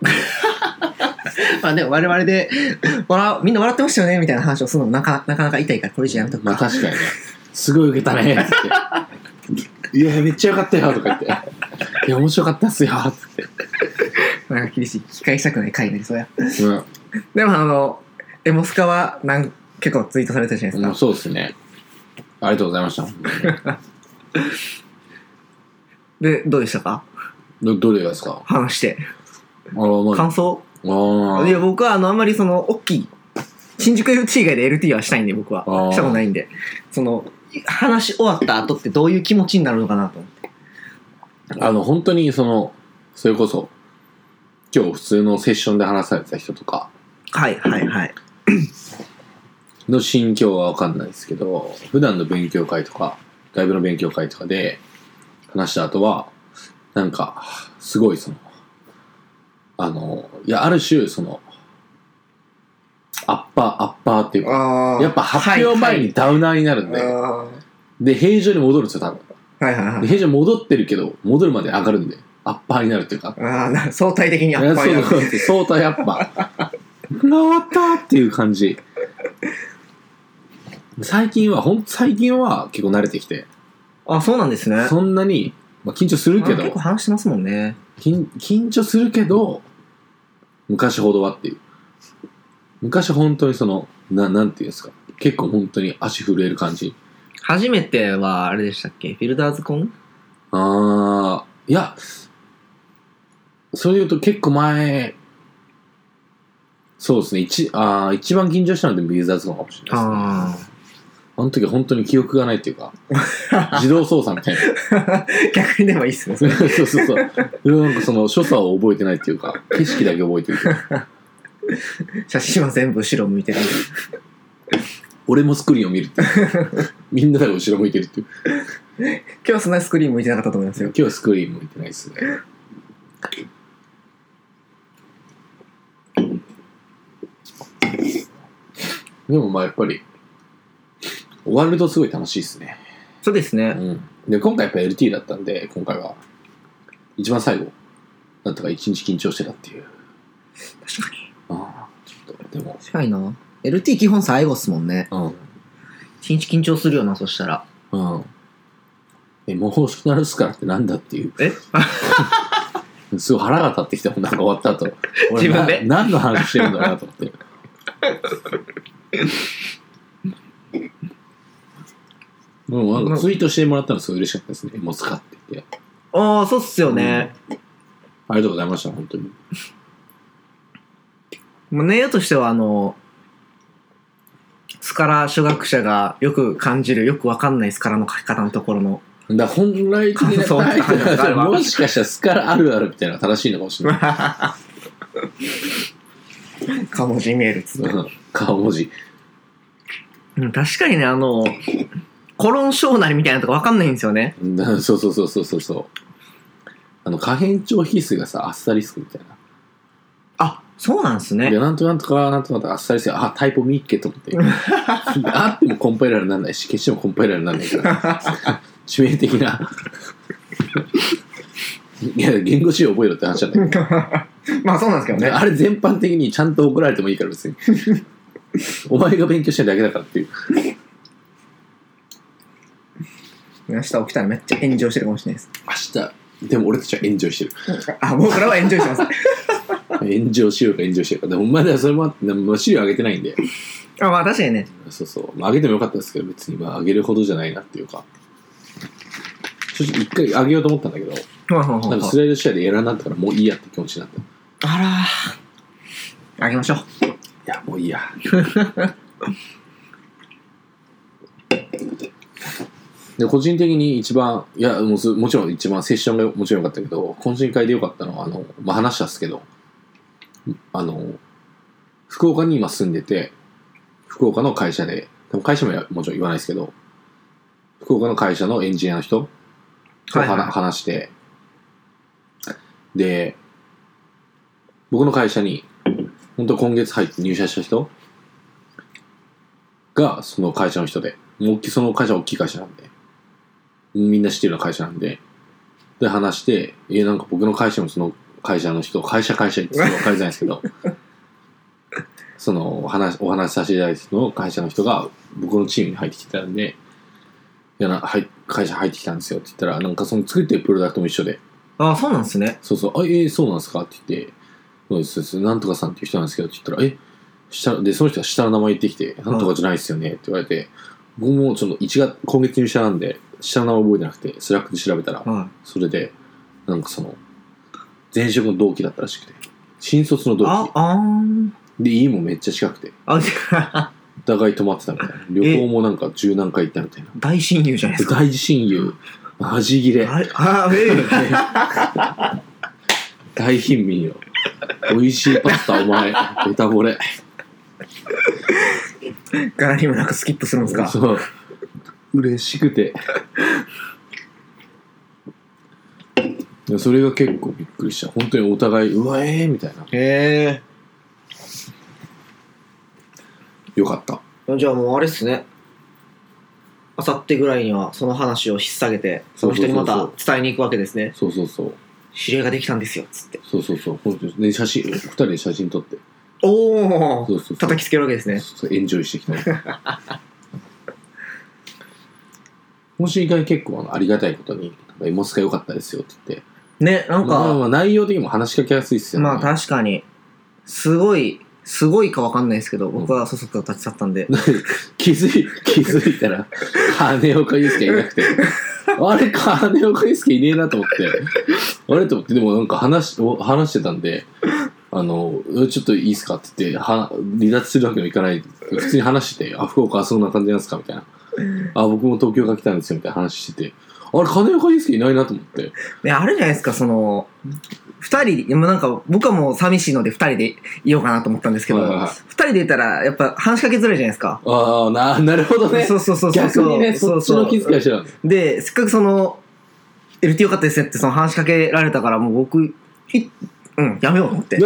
Speaker 1: まあでも我々で、 [LAUGHS] 笑う、みんな笑ってましたよねみたいな話をするのもなかなかなか痛いから、これじゃやめとく
Speaker 2: まあ
Speaker 1: か。
Speaker 2: 確かにね。すごい受けたね
Speaker 1: [LAUGHS]
Speaker 2: って。いや、めっちゃ良かったよとか言って。いや、面白かったっすよって。
Speaker 1: なんか厳しい。機会したくない回になりそうや。
Speaker 2: うん
Speaker 1: でもあの、エモスカはなん結構ツイートされてるじゃない
Speaker 2: うん、
Speaker 1: ですか。
Speaker 2: そうですね。ありがとうございま [LAUGHS] した。
Speaker 1: で、どうでしたか
Speaker 2: どどれがですか
Speaker 1: 話して。
Speaker 2: あの、まあ、
Speaker 1: 感想
Speaker 2: あ
Speaker 1: いや、
Speaker 2: ー
Speaker 1: 僕はあの、あんまりその、大きい、新宿 LT 以外で LT はしたいんで、僕は
Speaker 2: あー。
Speaker 1: したことないんで。その、話し終わった後ってどういう気持ちになるのかなと思って。
Speaker 2: あの、本当にその、それこそ、今日普通のセッションで話されてた人とか
Speaker 1: はい、はい、はい。
Speaker 2: の心境はわかんないですけど、普段の勉強会とか、外部の勉強会とかで話した後は、なんか、すごいその、あの、いや、ある種、その、アッパー、アッパーっていうか、
Speaker 1: あ
Speaker 2: やっぱ発表前にダウナーになるんで、で、平常に戻るんですよ、多分。
Speaker 1: はい、はい、は
Speaker 2: で
Speaker 1: い。
Speaker 2: 平常に戻ってるけど、戻るまで上がるんで、アッパーになるっていうか、
Speaker 1: ああ、相対的にや
Speaker 2: いや
Speaker 1: っぱりな。
Speaker 2: そうそうそう相当やっぱ終わったっていう感じ最近はほん最近は結構慣れてきて
Speaker 1: あ、そうなんですね。
Speaker 2: そんなに、まあ、緊張するけ
Speaker 1: あ
Speaker 2: ど
Speaker 1: 結構話してますもんね。
Speaker 2: 緊緊張するけど昔ほどはっていう。昔本当にその、な、なんていうんですか。結構本当に足震える感じ。
Speaker 1: 初めては、あれでしたっけフィルダーズコン
Speaker 2: ああ、いや、それ言うと結構前、そうですね、一、ああ、一番緊張したのでビーザーズコンかもしれないです、ね。
Speaker 1: あ
Speaker 2: あの時本当に記憶がないっていうか、自動操作みたいな。
Speaker 1: あ。逆にでもいいっすね、そ
Speaker 2: そ
Speaker 1: れ
Speaker 2: うそうそう。でもなんかその所作を覚えてないっていうか、景色だけ覚えてるというか。
Speaker 1: 写真は全部後ろ向いてる。
Speaker 2: 俺もスクリーンを見るっていう。みんなが後ろ向いてるっていう。
Speaker 1: 今日はそんなにスクリーン向いてなかったと思います
Speaker 2: 今
Speaker 1: よ。
Speaker 2: 日はスクリーン向いてないですね。でもまあやっぱり、終わるとすごい楽しいですね。
Speaker 1: そうです
Speaker 2: う
Speaker 1: ね。
Speaker 2: ん。で、今回やっぱ LT だったんで、今回は、一番最後、なんとか一日緊張してたっていう。
Speaker 1: 確かに。
Speaker 2: ああ、ちょっと、でも、
Speaker 1: 近いな。LT 基本最後っすもんね。
Speaker 2: うん。
Speaker 1: 一日緊張するよな、そしたら。
Speaker 2: うん。え、模倣式鳴らすからってなんだっていう。
Speaker 1: え
Speaker 2: すごい腹が立ってきたもん、なんか終わった [LAUGHS] 後。俺
Speaker 1: 自分で
Speaker 2: な何の話してるんだろうなと思 [LAUGHS] って。でもなんかツイートしてもらったのすごい嬉しかったですね。モスカって言って。
Speaker 1: ああ、そうっすよね。
Speaker 2: ありがとうございました、本当に。
Speaker 1: もう内容としては、あの、スカラ初学者がよく感じる、よくわかんないスカラの書き方のところ [LAUGHS] の。
Speaker 2: だから本来的 [LAUGHS] な
Speaker 1: そう
Speaker 2: タイトルだったら
Speaker 1: そう
Speaker 2: [LAUGHS] もしかしたらスカラあるあるみたいなのが正しいのかもしれない。
Speaker 1: かもし見えるっつって。
Speaker 2: うん顔文字。 [LAUGHS]
Speaker 1: うん確かにね、あの、コロン小なりみたいなとかわかんないんですよね。
Speaker 2: だそうそうそうそうそうそう。あの、可変調比数がさ、アスタリスクみたいな。
Speaker 1: あ、そうなんです
Speaker 2: で、
Speaker 1: ね。
Speaker 2: なんとなんとか、なんとなんとか、アスタリスク、あ、タイプ見っけと思って。あってもコンパイラーにならないし、決してもコンパイラーにならないから。致命的な。いや、言語詞を覚えろって話なんだけ
Speaker 1: [LAUGHS] まあそうなんですけど
Speaker 2: ど、ね、
Speaker 1: ね。
Speaker 2: あれ全般的にちゃんと怒られてもいいから別に。お前が勉強してるだけだからっていう。
Speaker 1: 明日起きたらめっちゃ炎上してるかもしれないです。
Speaker 2: 明日、でも俺たちは炎上してる。
Speaker 1: あ、僕らは炎上してます。
Speaker 2: 炎上しようか炎上しようか。でも、まだそれもあって、まあ資料上げてないんで。
Speaker 1: [LAUGHS] あ、まあ確かにね。
Speaker 2: そうそう。まあ、上げてもよかったですけど、別に、まあ、上げるほどじゃないなっていうか。正直、一回上げようと思ったんだけど、
Speaker 1: ほうほうほ
Speaker 2: な
Speaker 1: うん
Speaker 2: か
Speaker 1: ほ
Speaker 2: ス
Speaker 1: う
Speaker 2: ライド試合でやらなかったから、もういいやって気持ちになった。い
Speaker 1: あらー。あげましょう。
Speaker 2: や、もういいや。 [LAUGHS] で、個人的に一番、いや、もうすもちろん一番、セッションがもちろん良かったけど、懇親会で良かったのは、あの、まあ、話したっすけど、あの、福岡に今住んでて、福岡の会社で、多分会社もやもちろん言わないですけど、福岡の会社のエンジニアの人と
Speaker 1: はい
Speaker 2: 話,、
Speaker 1: はい
Speaker 2: 話して、で、僕の会社に、本当今月入って入社した人が、その会社の人で、もう大きいその会社は大きい会社なんで、みんな知ってるような会社なんで、で話して、え、なんか僕の会社もその会社の人、会社会社言って分かりづらいんです
Speaker 1: [LAUGHS]
Speaker 2: けど、そのお話、お話しさせていただいた人の会社の人が僕のチームに入ってきてたんで、いやな、はい、会社入ってきたんですよって言ったら、なんかその作ってるプロダクトも一緒で、
Speaker 1: あそうなんですね。
Speaker 2: そうそう、あ、えーそうなんですかって言って、そうです、そうです、なんとかさんっていう人なんですけどって言ったら、え、下、で、その人が下の名前言ってきて、なんとかじゃないですよねって言われて、僕もちょっと1月、今月入社なんで、下の名前覚えてなくて、スラックで調べたら、
Speaker 1: は
Speaker 2: それで、なんかその、前職の同期だったらしくて、新卒の
Speaker 1: い。
Speaker 2: 同
Speaker 1: あ
Speaker 2: 期、。
Speaker 1: あー。
Speaker 2: で、家もめっちゃ近くて、
Speaker 1: あ、じ
Speaker 2: お互い泊まってたみたいな。旅行もなんか十何回行ったみたいな。
Speaker 1: 大親友じゃないですか。
Speaker 2: 大親友、恥切れ、
Speaker 1: あれあ、え [LAUGHS] え。
Speaker 2: 大貧民よ。美味しいパスタ、お前、ベタボレ。
Speaker 1: 柄にもなくスキップするんですか。
Speaker 2: そう。嬉しくて。いやそれが結構びっくりした。本当にお互い、うわえーみたいな。
Speaker 1: へ
Speaker 2: よかった。
Speaker 1: え。じゃあもうあれっすね。あさってぐらいにはその話を引っ提げて、その人にま
Speaker 2: そうそ
Speaker 1: た
Speaker 2: う
Speaker 1: 伝えに行くわけですね。
Speaker 2: そうそうそう。
Speaker 1: 知り合いができたんですよ、つって。
Speaker 2: そうそうそう。本当に。で、写真、二人で写真撮って。
Speaker 1: お
Speaker 2: そ
Speaker 1: お
Speaker 2: うそうそう。
Speaker 1: 叩きつけるわけですね。
Speaker 2: そうエンジョイしてきた。もし以外結構あのありがたいことに、なんかエモスカ良かったですよって言って。
Speaker 1: ね、なん
Speaker 2: まあまあま
Speaker 1: か、
Speaker 2: あ内容的にも話しかけやすいっすよね。
Speaker 1: まあ確かに。すごい、すごいかわかんないですけど、僕はそそくさと立ち去ったんで、
Speaker 2: 気づい、気づいたら、金岡祐介がいなくて、あれ、金岡祐介いねえなと思って、あれと思って、でもなんか話し、お話してたんで、あの、ちょっといいっすかって言って、は離脱するわけにもいかない。普通に話してて、あ、福岡はそんな感じなんですかみたいな。あ、僕も東京から来たんですよ、みたいな話してて、あれ、金岡祐介いないなと思って。
Speaker 1: いやあるじゃないですか、その、二人、でもなんか僕はもう寂しいので二人でいようかなと思ったんですけど、
Speaker 2: はいはい
Speaker 1: 二
Speaker 2: はい
Speaker 1: 人でいたらやっぱ話しかけづらいじゃないですか。
Speaker 2: ああ、な、なるほどね。
Speaker 1: そうそうそうそう。
Speaker 2: 逆にね、
Speaker 1: そ
Speaker 2: そうっち
Speaker 1: そう
Speaker 2: の気遣いしてたんだ
Speaker 1: で、せっかくその、LT よかったですねってその話しかけられたから、もう僕、いうん、やめようと思って。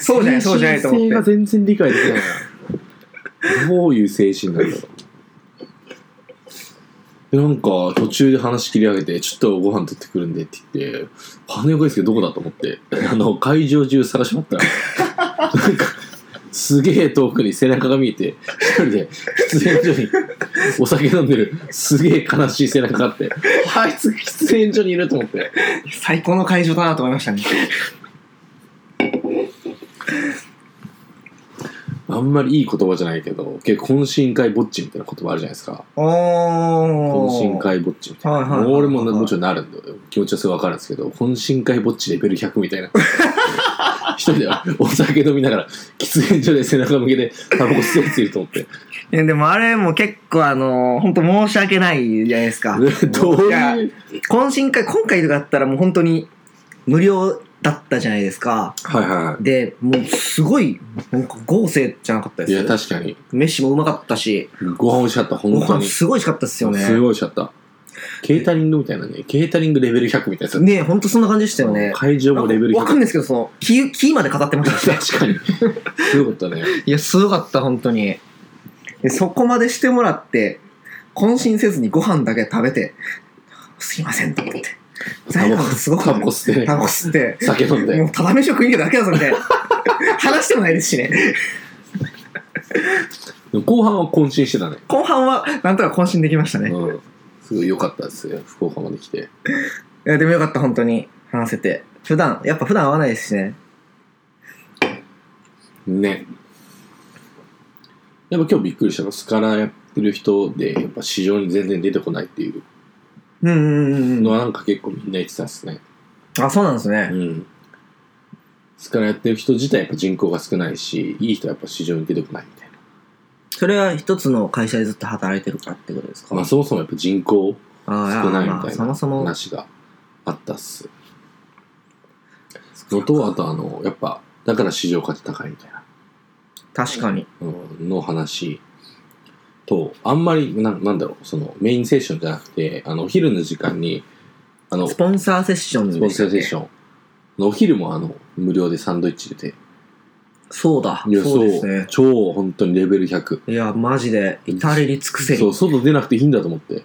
Speaker 1: そうじゃない、そうじゃないと
Speaker 2: 精神性
Speaker 1: 思
Speaker 2: が
Speaker 1: って。
Speaker 2: 全然理解できないな。どういう精神なんだろう。でなんか途中で話切り上げて「ちょっとご飯取ってくるんで」って言って「羽岡ですけどどこだ?」と思ってあの会場中探しまったらなんかすげえ遠くに背中が見えて一人で喫煙所にお酒飲んでるすげえ悲しい背中があってあいつ喫煙所にいると思って
Speaker 1: 最高の会場だなと思いましたね。
Speaker 2: あんまりいい言葉じゃないけど結構懇親会ぼっちみたいな言葉あるじゃないですか
Speaker 1: お
Speaker 2: 懇
Speaker 1: ー。
Speaker 2: 親会ぼっちみたいな。
Speaker 1: はいはいはいはい
Speaker 2: 俺もなもちろんなるんだよ。気持ちはすごいわかるんですけど、懇親会ぼっちレベル100みたいな。一人ではお酒飲みながら、喫煙所で背中向けてタバコ吸ってるやついると思って。
Speaker 1: いやでもあれも結構あの、本当申し訳ないじゃないですか。
Speaker 2: [LAUGHS] どう
Speaker 1: や
Speaker 2: いう。
Speaker 1: 懇親会、今回とかだったらもう本当に無料だったじゃないですか。
Speaker 2: はいは
Speaker 1: で、もうすごい、なんか豪勢じゃなかった
Speaker 2: い。い
Speaker 1: です。
Speaker 2: や、確かに。
Speaker 1: 飯もうまかったし、
Speaker 2: ご飯美味しかった、本
Speaker 1: ご
Speaker 2: 当
Speaker 1: 飯
Speaker 2: に。
Speaker 1: すごい美味しかったですよね。
Speaker 2: すごい美味しかった。ケータリングみたいなね。ケータリングレベル100みたいなやつだっ
Speaker 1: ねえ、ほんとそんな感じでした
Speaker 2: た
Speaker 1: よね。
Speaker 2: 会場もレベル
Speaker 1: わかんない
Speaker 2: 100。
Speaker 1: ですけど、その、キー、キーまで語ってましたしね。
Speaker 2: 確かに。すごかったね。
Speaker 1: いや、すごかった、本当に。でそこまでしてもらって、渾身せずにご飯だけ食べて、すいません、と思って。
Speaker 2: タ
Speaker 1: 財
Speaker 2: バ
Speaker 1: 団
Speaker 2: コ
Speaker 1: すごく
Speaker 2: タバコ吸って
Speaker 1: タ
Speaker 2: ね。
Speaker 1: バコ吸って、
Speaker 2: 酒飲んで
Speaker 1: も。うただ飯を食いに行けただけだぞ、みたいな。話してもないですしね。
Speaker 2: でも後半は渾身してたね。
Speaker 1: 後半は、なんとか渾身できましたね。
Speaker 2: うん。すごい良かったですよ。福岡まで来て。
Speaker 1: いや、でもよかった、本当に。話せて。普段、やっぱ普段会わないですしね。
Speaker 2: ね。やっぱ今日びっくりしたの。スカラやってる人で、やっぱ市場に全然出てこないっていう
Speaker 1: うんうんうん
Speaker 2: の
Speaker 1: うん。
Speaker 2: はなんか結構みんな言ってたっすね。
Speaker 1: あ、そうなんですね。
Speaker 2: うん。スカラやってる人自体やっぱ人口が少ないし、いい人はやっぱ市場に出てこないみたいな。
Speaker 1: それは一つの会社でずっと働いてるからってことですか、
Speaker 2: まあそもそもやっぱ人口
Speaker 1: あ
Speaker 2: 少
Speaker 1: あや
Speaker 2: ない
Speaker 1: ま
Speaker 2: み
Speaker 1: あ
Speaker 2: たい
Speaker 1: そ
Speaker 2: な
Speaker 1: もそも。
Speaker 2: 話があったっす。のと、あとあの、やっぱ、だから市場価値高いみたいな。
Speaker 1: 確かに。
Speaker 2: うんの話と、あんまり、ななんだろう、そのメインセッションじゃなくて、あの、お昼の時間に、あの、
Speaker 1: ス
Speaker 2: ス
Speaker 1: ポンサーセッション
Speaker 2: ポ
Speaker 1: で
Speaker 2: ン
Speaker 1: した
Speaker 2: サ
Speaker 1: っ
Speaker 2: ーセ
Speaker 1: け
Speaker 2: ッション。のお昼もあの、無料でサンドイッチ出て。
Speaker 1: そうだ。
Speaker 2: いや、
Speaker 1: そう
Speaker 2: そう
Speaker 1: ですね。
Speaker 2: 超本当にレベル100。
Speaker 1: いや、マジで、至れり尽くせ
Speaker 2: そう、
Speaker 1: り。
Speaker 2: 外出なくていいんだと思って。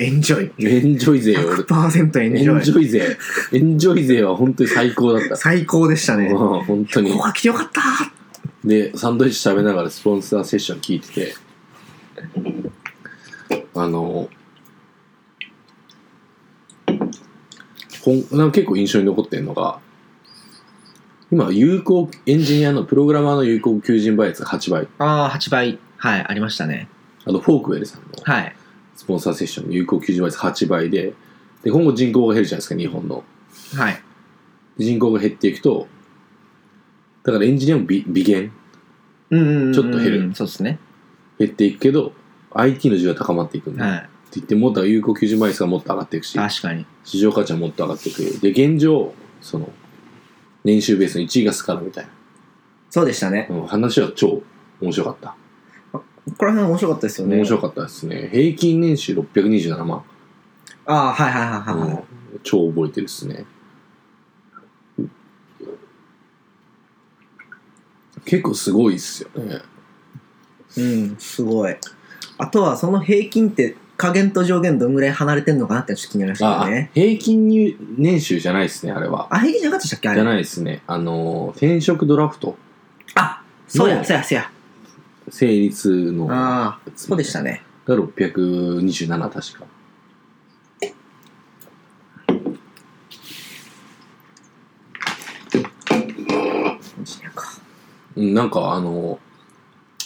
Speaker 1: エンジョイ。
Speaker 2: エンジョイ勢よ、俺。
Speaker 1: 100%エン
Speaker 2: エ
Speaker 1: ジ
Speaker 2: ンジ
Speaker 1: ョイ。
Speaker 2: ョイ勢。エンジョイ勢は本当に最高だった。
Speaker 1: 最高でしたね。こ
Speaker 2: うん本当に
Speaker 1: こ。が来てよかった
Speaker 2: で、サンドイッチ食べながらスポンサーセッション聞いてて、あの、こんなんか結構印象に残ってるのが、今、有効、エンジニアのプログラマーの有効求人倍率が8倍。
Speaker 1: ああ、8倍。はい、ありましたね。
Speaker 2: あの、フォークウェルさんの
Speaker 1: はい。
Speaker 2: スポンサーセッションの有効求人倍率8倍で、で、今後人口が減るじゃないですか、日本の。
Speaker 1: はい。
Speaker 2: で人口が減っていくと、だからエンジニアもび微減
Speaker 1: うんうんうんうん。
Speaker 2: ちょっと減る
Speaker 1: そうですね。
Speaker 2: 減っていくけど、IT の需要が高まっていくんだ。
Speaker 1: は
Speaker 2: って言ってもっと有効求人倍率がもっと上がっていく
Speaker 1: い。
Speaker 2: し
Speaker 1: 確かに。
Speaker 2: 市場価値はもっと上がっていくで現状その年収ベースの1位がスカラみたいな、
Speaker 1: そうでしたね。
Speaker 2: うん話は超面白かった、
Speaker 1: ここら辺面白かったですよね。
Speaker 2: 面白かったですね平均年収627万、
Speaker 1: ああ、はいはいは
Speaker 2: う
Speaker 1: いはい
Speaker 2: ん
Speaker 1: はい。
Speaker 2: 超覚えてるですね結構すごいっすよね
Speaker 1: うん、すごい。あとは、その平均って、下限と上限どんぐらい離れてんのかなってちょっと気になりました
Speaker 2: あ
Speaker 1: よね。
Speaker 2: 平均入年収じゃないですねあれは
Speaker 1: あ、平均じゃなかったでしたっけあ
Speaker 2: じゃ
Speaker 1: れ。
Speaker 2: ないですねあの転職ドラフト
Speaker 1: あ、そうや、
Speaker 2: の
Speaker 1: そうや、そうや。
Speaker 2: 成立の
Speaker 1: ああ、そうでしたね。
Speaker 2: が627確かうん、なんかあの、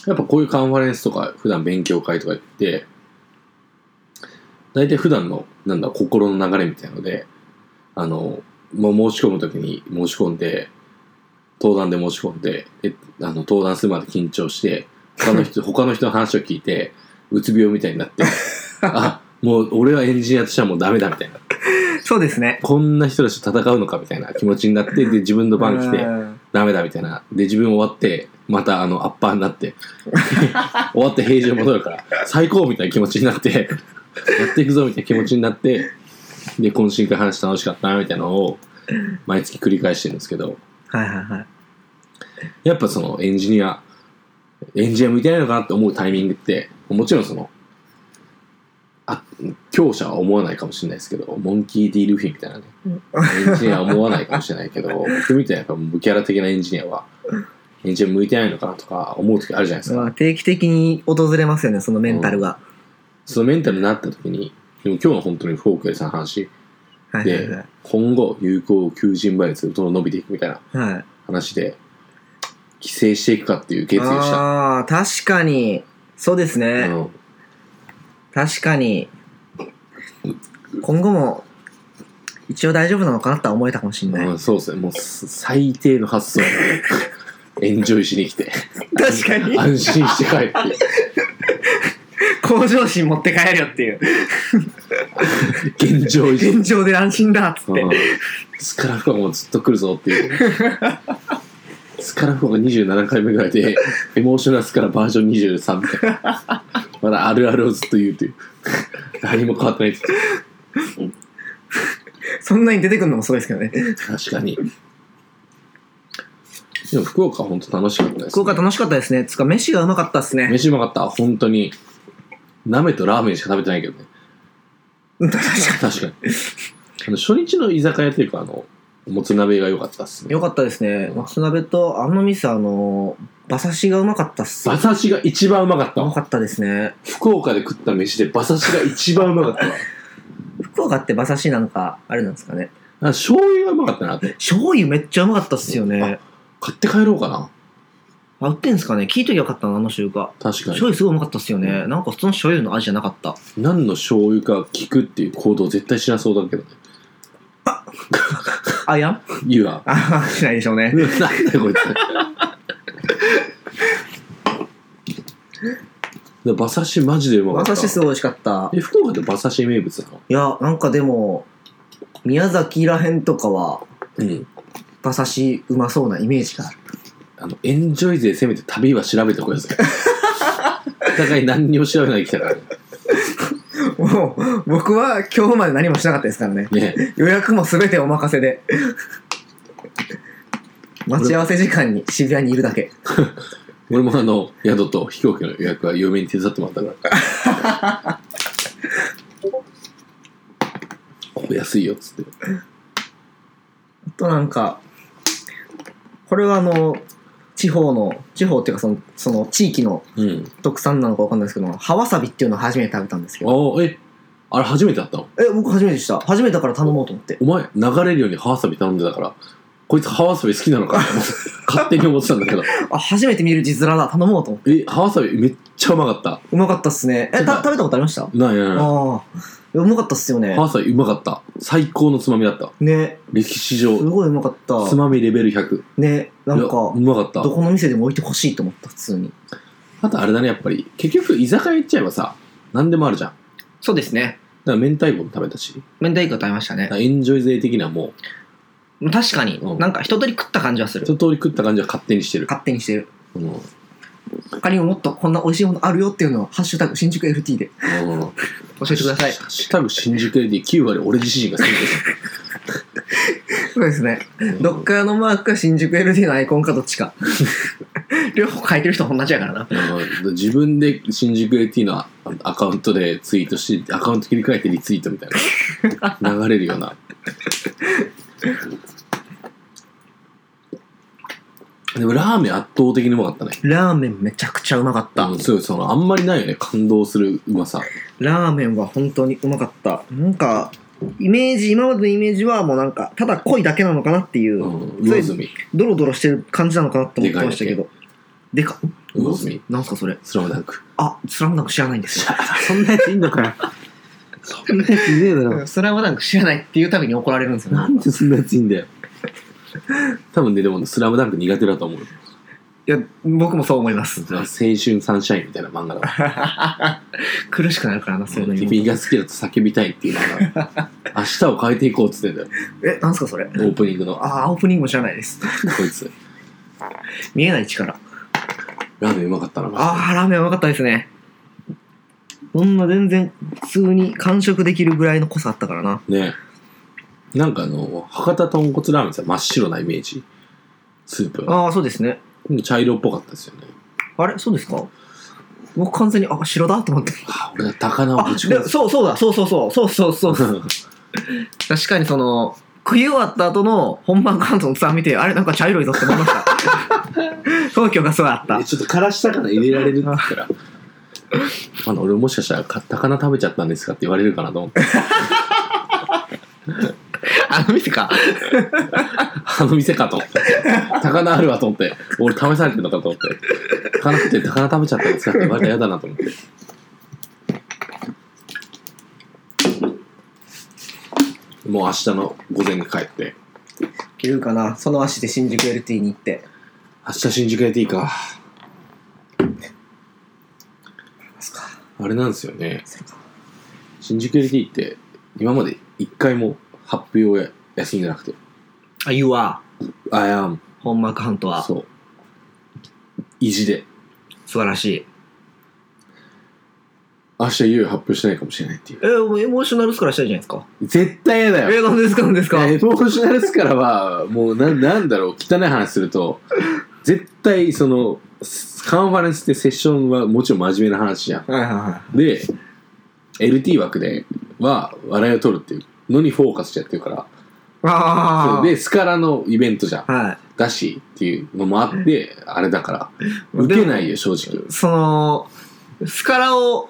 Speaker 2: やっぱこういうカンファレンスとか、普段勉強会とか行って、大体普段の、なんだ、心の流れみたいなので、あの、まあ、申し込むときに申し込んで、登壇で申し込んで、であの登壇するまで緊張して、他
Speaker 1: [LAUGHS]
Speaker 2: の人、他の人の話を聞いて、うつ病みたいになって、あ、もう俺はエンジニアとしてはもうダメだみたいな。
Speaker 1: そうですね。
Speaker 2: こんな人たちと戦うのかみたいな気持ちになって、で、自分の番来て
Speaker 1: う、ん
Speaker 2: ダメだみたいな。で、自分終わって、またあの、アッパーになって、終わって平時に戻るから、最高みたいな気持ちになって、やっていくぞみたいな気持ちになって、で、懇親会話楽しかったなみたいなのを、毎月繰り返してるんですけど、
Speaker 1: はいはいはい。
Speaker 2: やっぱそのエンジニア、エンジニア向いてないのかなって思うタイミングって、もちろんその、あ、強者は思わないかもしれないですけど、モンキー・ディ・ルフィみたいなね、エンジニアは思わないかもしれないけど、僕みたいなやっぱ無キャラ的なエンジニアは、エンジニア向いてないのかなとか思う時あるじゃないです
Speaker 1: ま
Speaker 2: か。
Speaker 1: あ、定期的に訪れますよね、そのメンタルが。
Speaker 2: そのメンタルになった時に、でも今日の本当にフォークエさんの話、
Speaker 1: はいはいはい。
Speaker 2: 今後有効求人倍率がどんどん伸びていくみたいな
Speaker 1: はい、
Speaker 2: 話で、規制していくかっていう決意をした。
Speaker 1: ああ、確かに。そうですね。
Speaker 2: うん
Speaker 1: 確かに。今後も、一応大丈夫なのかなとは思えたかもしれない。
Speaker 2: うん、そうですね。もうす最低の発想。
Speaker 1: [LAUGHS]
Speaker 2: エンジョイしに来て。
Speaker 1: 確かに。
Speaker 2: 安心して帰って。
Speaker 1: 向上心持って帰るよっていう。
Speaker 2: 現状維持。
Speaker 1: 現状で安心だっつっ
Speaker 2: うん
Speaker 1: て。
Speaker 2: スカラフカもずっと来るぞっていう。スカラフカが27回目ぐらいで、エモーショナルスカラバージョン23みたいな。まだあるあるをずっと言うという。何も変わってないっていう
Speaker 1: そんなに出てくるのもそうですけどね。
Speaker 2: 確かに。でも福岡は本当楽しかったです、ね。
Speaker 1: 福岡楽しかったですね。つか、飯がうまかったですね。
Speaker 2: 飯うまかった。本当に。鍋とラーメンしか食べてないけどね。
Speaker 1: 確か
Speaker 2: 確かに。あの初日の居酒屋というか、あの、もつ鍋が良かったっす
Speaker 1: に。
Speaker 2: ね
Speaker 1: よ。かったですね。松鍋とあの店、あの、馬刺しがうまかったっす。う
Speaker 2: 馬刺しが一番うまかった
Speaker 1: ま
Speaker 2: わ。
Speaker 1: かったですね。
Speaker 2: 福岡で食った飯で馬刺しが一番うまかったわ。
Speaker 1: 福岡って馬刺しなんか、あれなんですかね。
Speaker 2: あ醤油がうまかったなって。
Speaker 1: 醤油めっちゃうまかったっすよね。
Speaker 2: 買って帰ろうかな。
Speaker 1: あ、売ってんすかね聞いときゃよかったな、あの週が。
Speaker 2: 確か
Speaker 1: 醤油すごいうまかったっすよね。なんか普通の醤油の味じゃなかった。
Speaker 2: に。何の醤油か聞くっていう行動絶対しなそうだけどね。
Speaker 1: あ、いやん
Speaker 2: いいわ。
Speaker 1: あ、しないでしょうね。
Speaker 2: [LAUGHS] なんだよこいつ。馬刺しマジでうまか
Speaker 1: 馬
Speaker 2: った。
Speaker 1: 刺しすごい美味しかった。
Speaker 2: え、福岡で馬刺し名物なの
Speaker 1: いや、なんかでも、宮崎らへんとかは、
Speaker 2: うん。
Speaker 1: 馬刺しうまそうなイメージがある。
Speaker 2: あの、エンジョイ勢せめて旅は調べてこいぜ。お互い何にも調べないで来たからね。
Speaker 1: もう、僕は今日まで何もしなかったですからね。
Speaker 2: ね
Speaker 1: 予約も全てお任せで。待ち合わせ時間に渋谷にいるだけ。
Speaker 2: 俺もあの、宿と飛行機の予約は嫁に手伝ってもらったから。ここ安いよっつって。
Speaker 1: あとなんか、これはあの、地方の、地方っていうかその、その地域の
Speaker 2: うん。
Speaker 1: 特産なのかわかんないですけど、葉わさびっていうのを初めて食べたんですけど。
Speaker 2: ああ、え、あれ初めてだったの
Speaker 1: え、僕初めてでした。初めてだから頼もうと思って。
Speaker 2: お前、流れるようにハワサビ頼んでたから、こいつハワサビ好きなのかな勝手に思ってたんだけど。
Speaker 1: あ、初めて見る字面だ。頼もうと思って。
Speaker 2: え、ハワサビめっちゃうまかった。
Speaker 1: うまかったっすね。え、た食べたことありました
Speaker 2: なんやなんや
Speaker 1: ああ、うまかったっすよね
Speaker 2: ハ。ワサビうまかった。最高のつまみだった。
Speaker 1: ね、
Speaker 2: 歴史
Speaker 1: す
Speaker 2: 上、
Speaker 1: ごいうまかっ
Speaker 2: つ
Speaker 1: た。
Speaker 2: まみレベル100。
Speaker 1: ね、なんか
Speaker 2: いやう、まかった。
Speaker 1: どこの店でも置いてほしいと思った、普通に。
Speaker 2: あとあれだね、やっぱり。結局、居酒屋行っちゃえばさ、何でもあるじゃん。だか
Speaker 1: そうですね。
Speaker 2: ら明太子も食べたし、
Speaker 1: 明太子食べましたね
Speaker 2: だからエンジョイ勢的にはも
Speaker 1: 確かに
Speaker 2: うん
Speaker 1: なんか一通り食った感じはす
Speaker 2: う、一通り食った感じは勝手にしてる。
Speaker 1: 勝手にしてる。
Speaker 2: うん。うん
Speaker 1: 他にももっとこんな美味しいものあるよっていうのを、ハッシュタグ、新宿 FT で教えてください。
Speaker 2: ハッシュタグ新宿で9割俺自身が好きです。
Speaker 1: そうですね。どっかのマークか新宿 LT のアイコンかどっち [LAUGHS] か。両方書いてる人同じやからな。
Speaker 2: うん自分で新宿 AT のアカウントでツイートして、アカウント切り替えてリツイートみたいな。流れるような。でもラーメン圧倒的にうまかったね。
Speaker 1: ラーメンめちゃくちゃうまかった。
Speaker 2: うん、そうその、あんまりないよね。感動するうまさ。
Speaker 1: ラーメンは本当にうまかった。なんか、イメージ、今までのイメージはもうなんか、ただ濃いだけなのかなっていう、
Speaker 2: うん、魚住。
Speaker 1: ドロドロしてる感じなのかなって思ってましたけど、でか、ん
Speaker 2: 魚住
Speaker 1: なんすかそれ。
Speaker 2: スラムダンク。
Speaker 1: あ、スラムダンク知らないんですよ。
Speaker 2: [LAUGHS] そんなやついんのかよ。そんなやついねえだろ。
Speaker 1: スラムダンク知らないっていうたびに怒られるんですよ
Speaker 2: な
Speaker 1: ね。
Speaker 2: んでそんなやついんだよ。多分ね、でも、スラムダンク苦手だと思う。
Speaker 1: いや、僕もそう思います。
Speaker 2: 青春サンシャインみたいな漫画だわ。 [LAUGHS]
Speaker 1: 苦しくなるからな、そういうのに
Speaker 2: 君が好きだと叫びたいっていう漫画。明日を変えていこうっつ [LAUGHS] ってんだよ。
Speaker 1: え、なんすかそれ
Speaker 2: オ。ープニングの、あ、
Speaker 1: あー、オープニングも知らないです。
Speaker 2: こいつ、
Speaker 1: 見えない力。
Speaker 2: ラーメンうまかったな。
Speaker 1: あー、ラーメンうまかったですね。こんな全然普通に完食できるぐらいの濃さあったからな。
Speaker 2: ねなんかあの、博多豚骨ラーメンって真っ白なイメージ。スープが。
Speaker 1: あー、そうですね。
Speaker 2: 茶色っぽかったですよね。
Speaker 1: あれそうですか僕完全に、あ、白だと思って。
Speaker 2: あ、俺が高菜を
Speaker 1: あ、
Speaker 2: ぶち込ん
Speaker 1: で
Speaker 2: だ。
Speaker 1: そうそうだ、そうそうそう、そうそうそう。
Speaker 2: そう。
Speaker 1: 確かにその、食い終わった後の本番関東のツアー見て、あれなんか茶色いぞって思いま [LAUGHS] した。東京がそうだった
Speaker 2: [LAUGHS] え。ちょっとからしたから入れられるって言ったら。 [LAUGHS] あの、俺もしかしたら、か高菜食べちゃったんですかって言われるかなと思って。 [LAUGHS]
Speaker 1: あの店か。
Speaker 2: あの店かと思って。高菜あるわと思って。俺試されてるのかと思って。高菜食って高菜食べちゃったんですかって言われたら嫌だなと思って。もう明日の午前に帰って。
Speaker 1: いるかな。その足で新宿 LT に行って。
Speaker 2: 明日新宿 AT か。
Speaker 1: ますか。
Speaker 2: あれなんですよね。新宿 LT って、今まで一回も発表や休んでなくて。
Speaker 1: あ、言うわ。
Speaker 2: あやん。
Speaker 1: 本幕半島は。素
Speaker 2: そう。意地で。
Speaker 1: 晴らしい。
Speaker 2: 明日いよいよ発表しないかもしれないっていう。
Speaker 1: えー、もうエモーショナルスからしたいじゃないですか。
Speaker 2: 絶対嫌
Speaker 1: え
Speaker 2: だよ。
Speaker 1: ー、なんですかなんですか
Speaker 2: エモーショナルスからは、もうな、なんだろう、汚い話すると、絶対、その、カンファレンスってセッションはもちろん真面目な話じゃん。
Speaker 1: はいはいは
Speaker 2: で、LT 枠では笑いを取るっていうのにフォーカスしちゃってるから、
Speaker 1: い。あ
Speaker 2: そう
Speaker 1: ー
Speaker 2: で、スカラのイベントじゃん。
Speaker 1: は
Speaker 2: だしっていうのもあって、あれだから、
Speaker 1: い。
Speaker 2: 受けないよ、正直。
Speaker 1: その、スカラを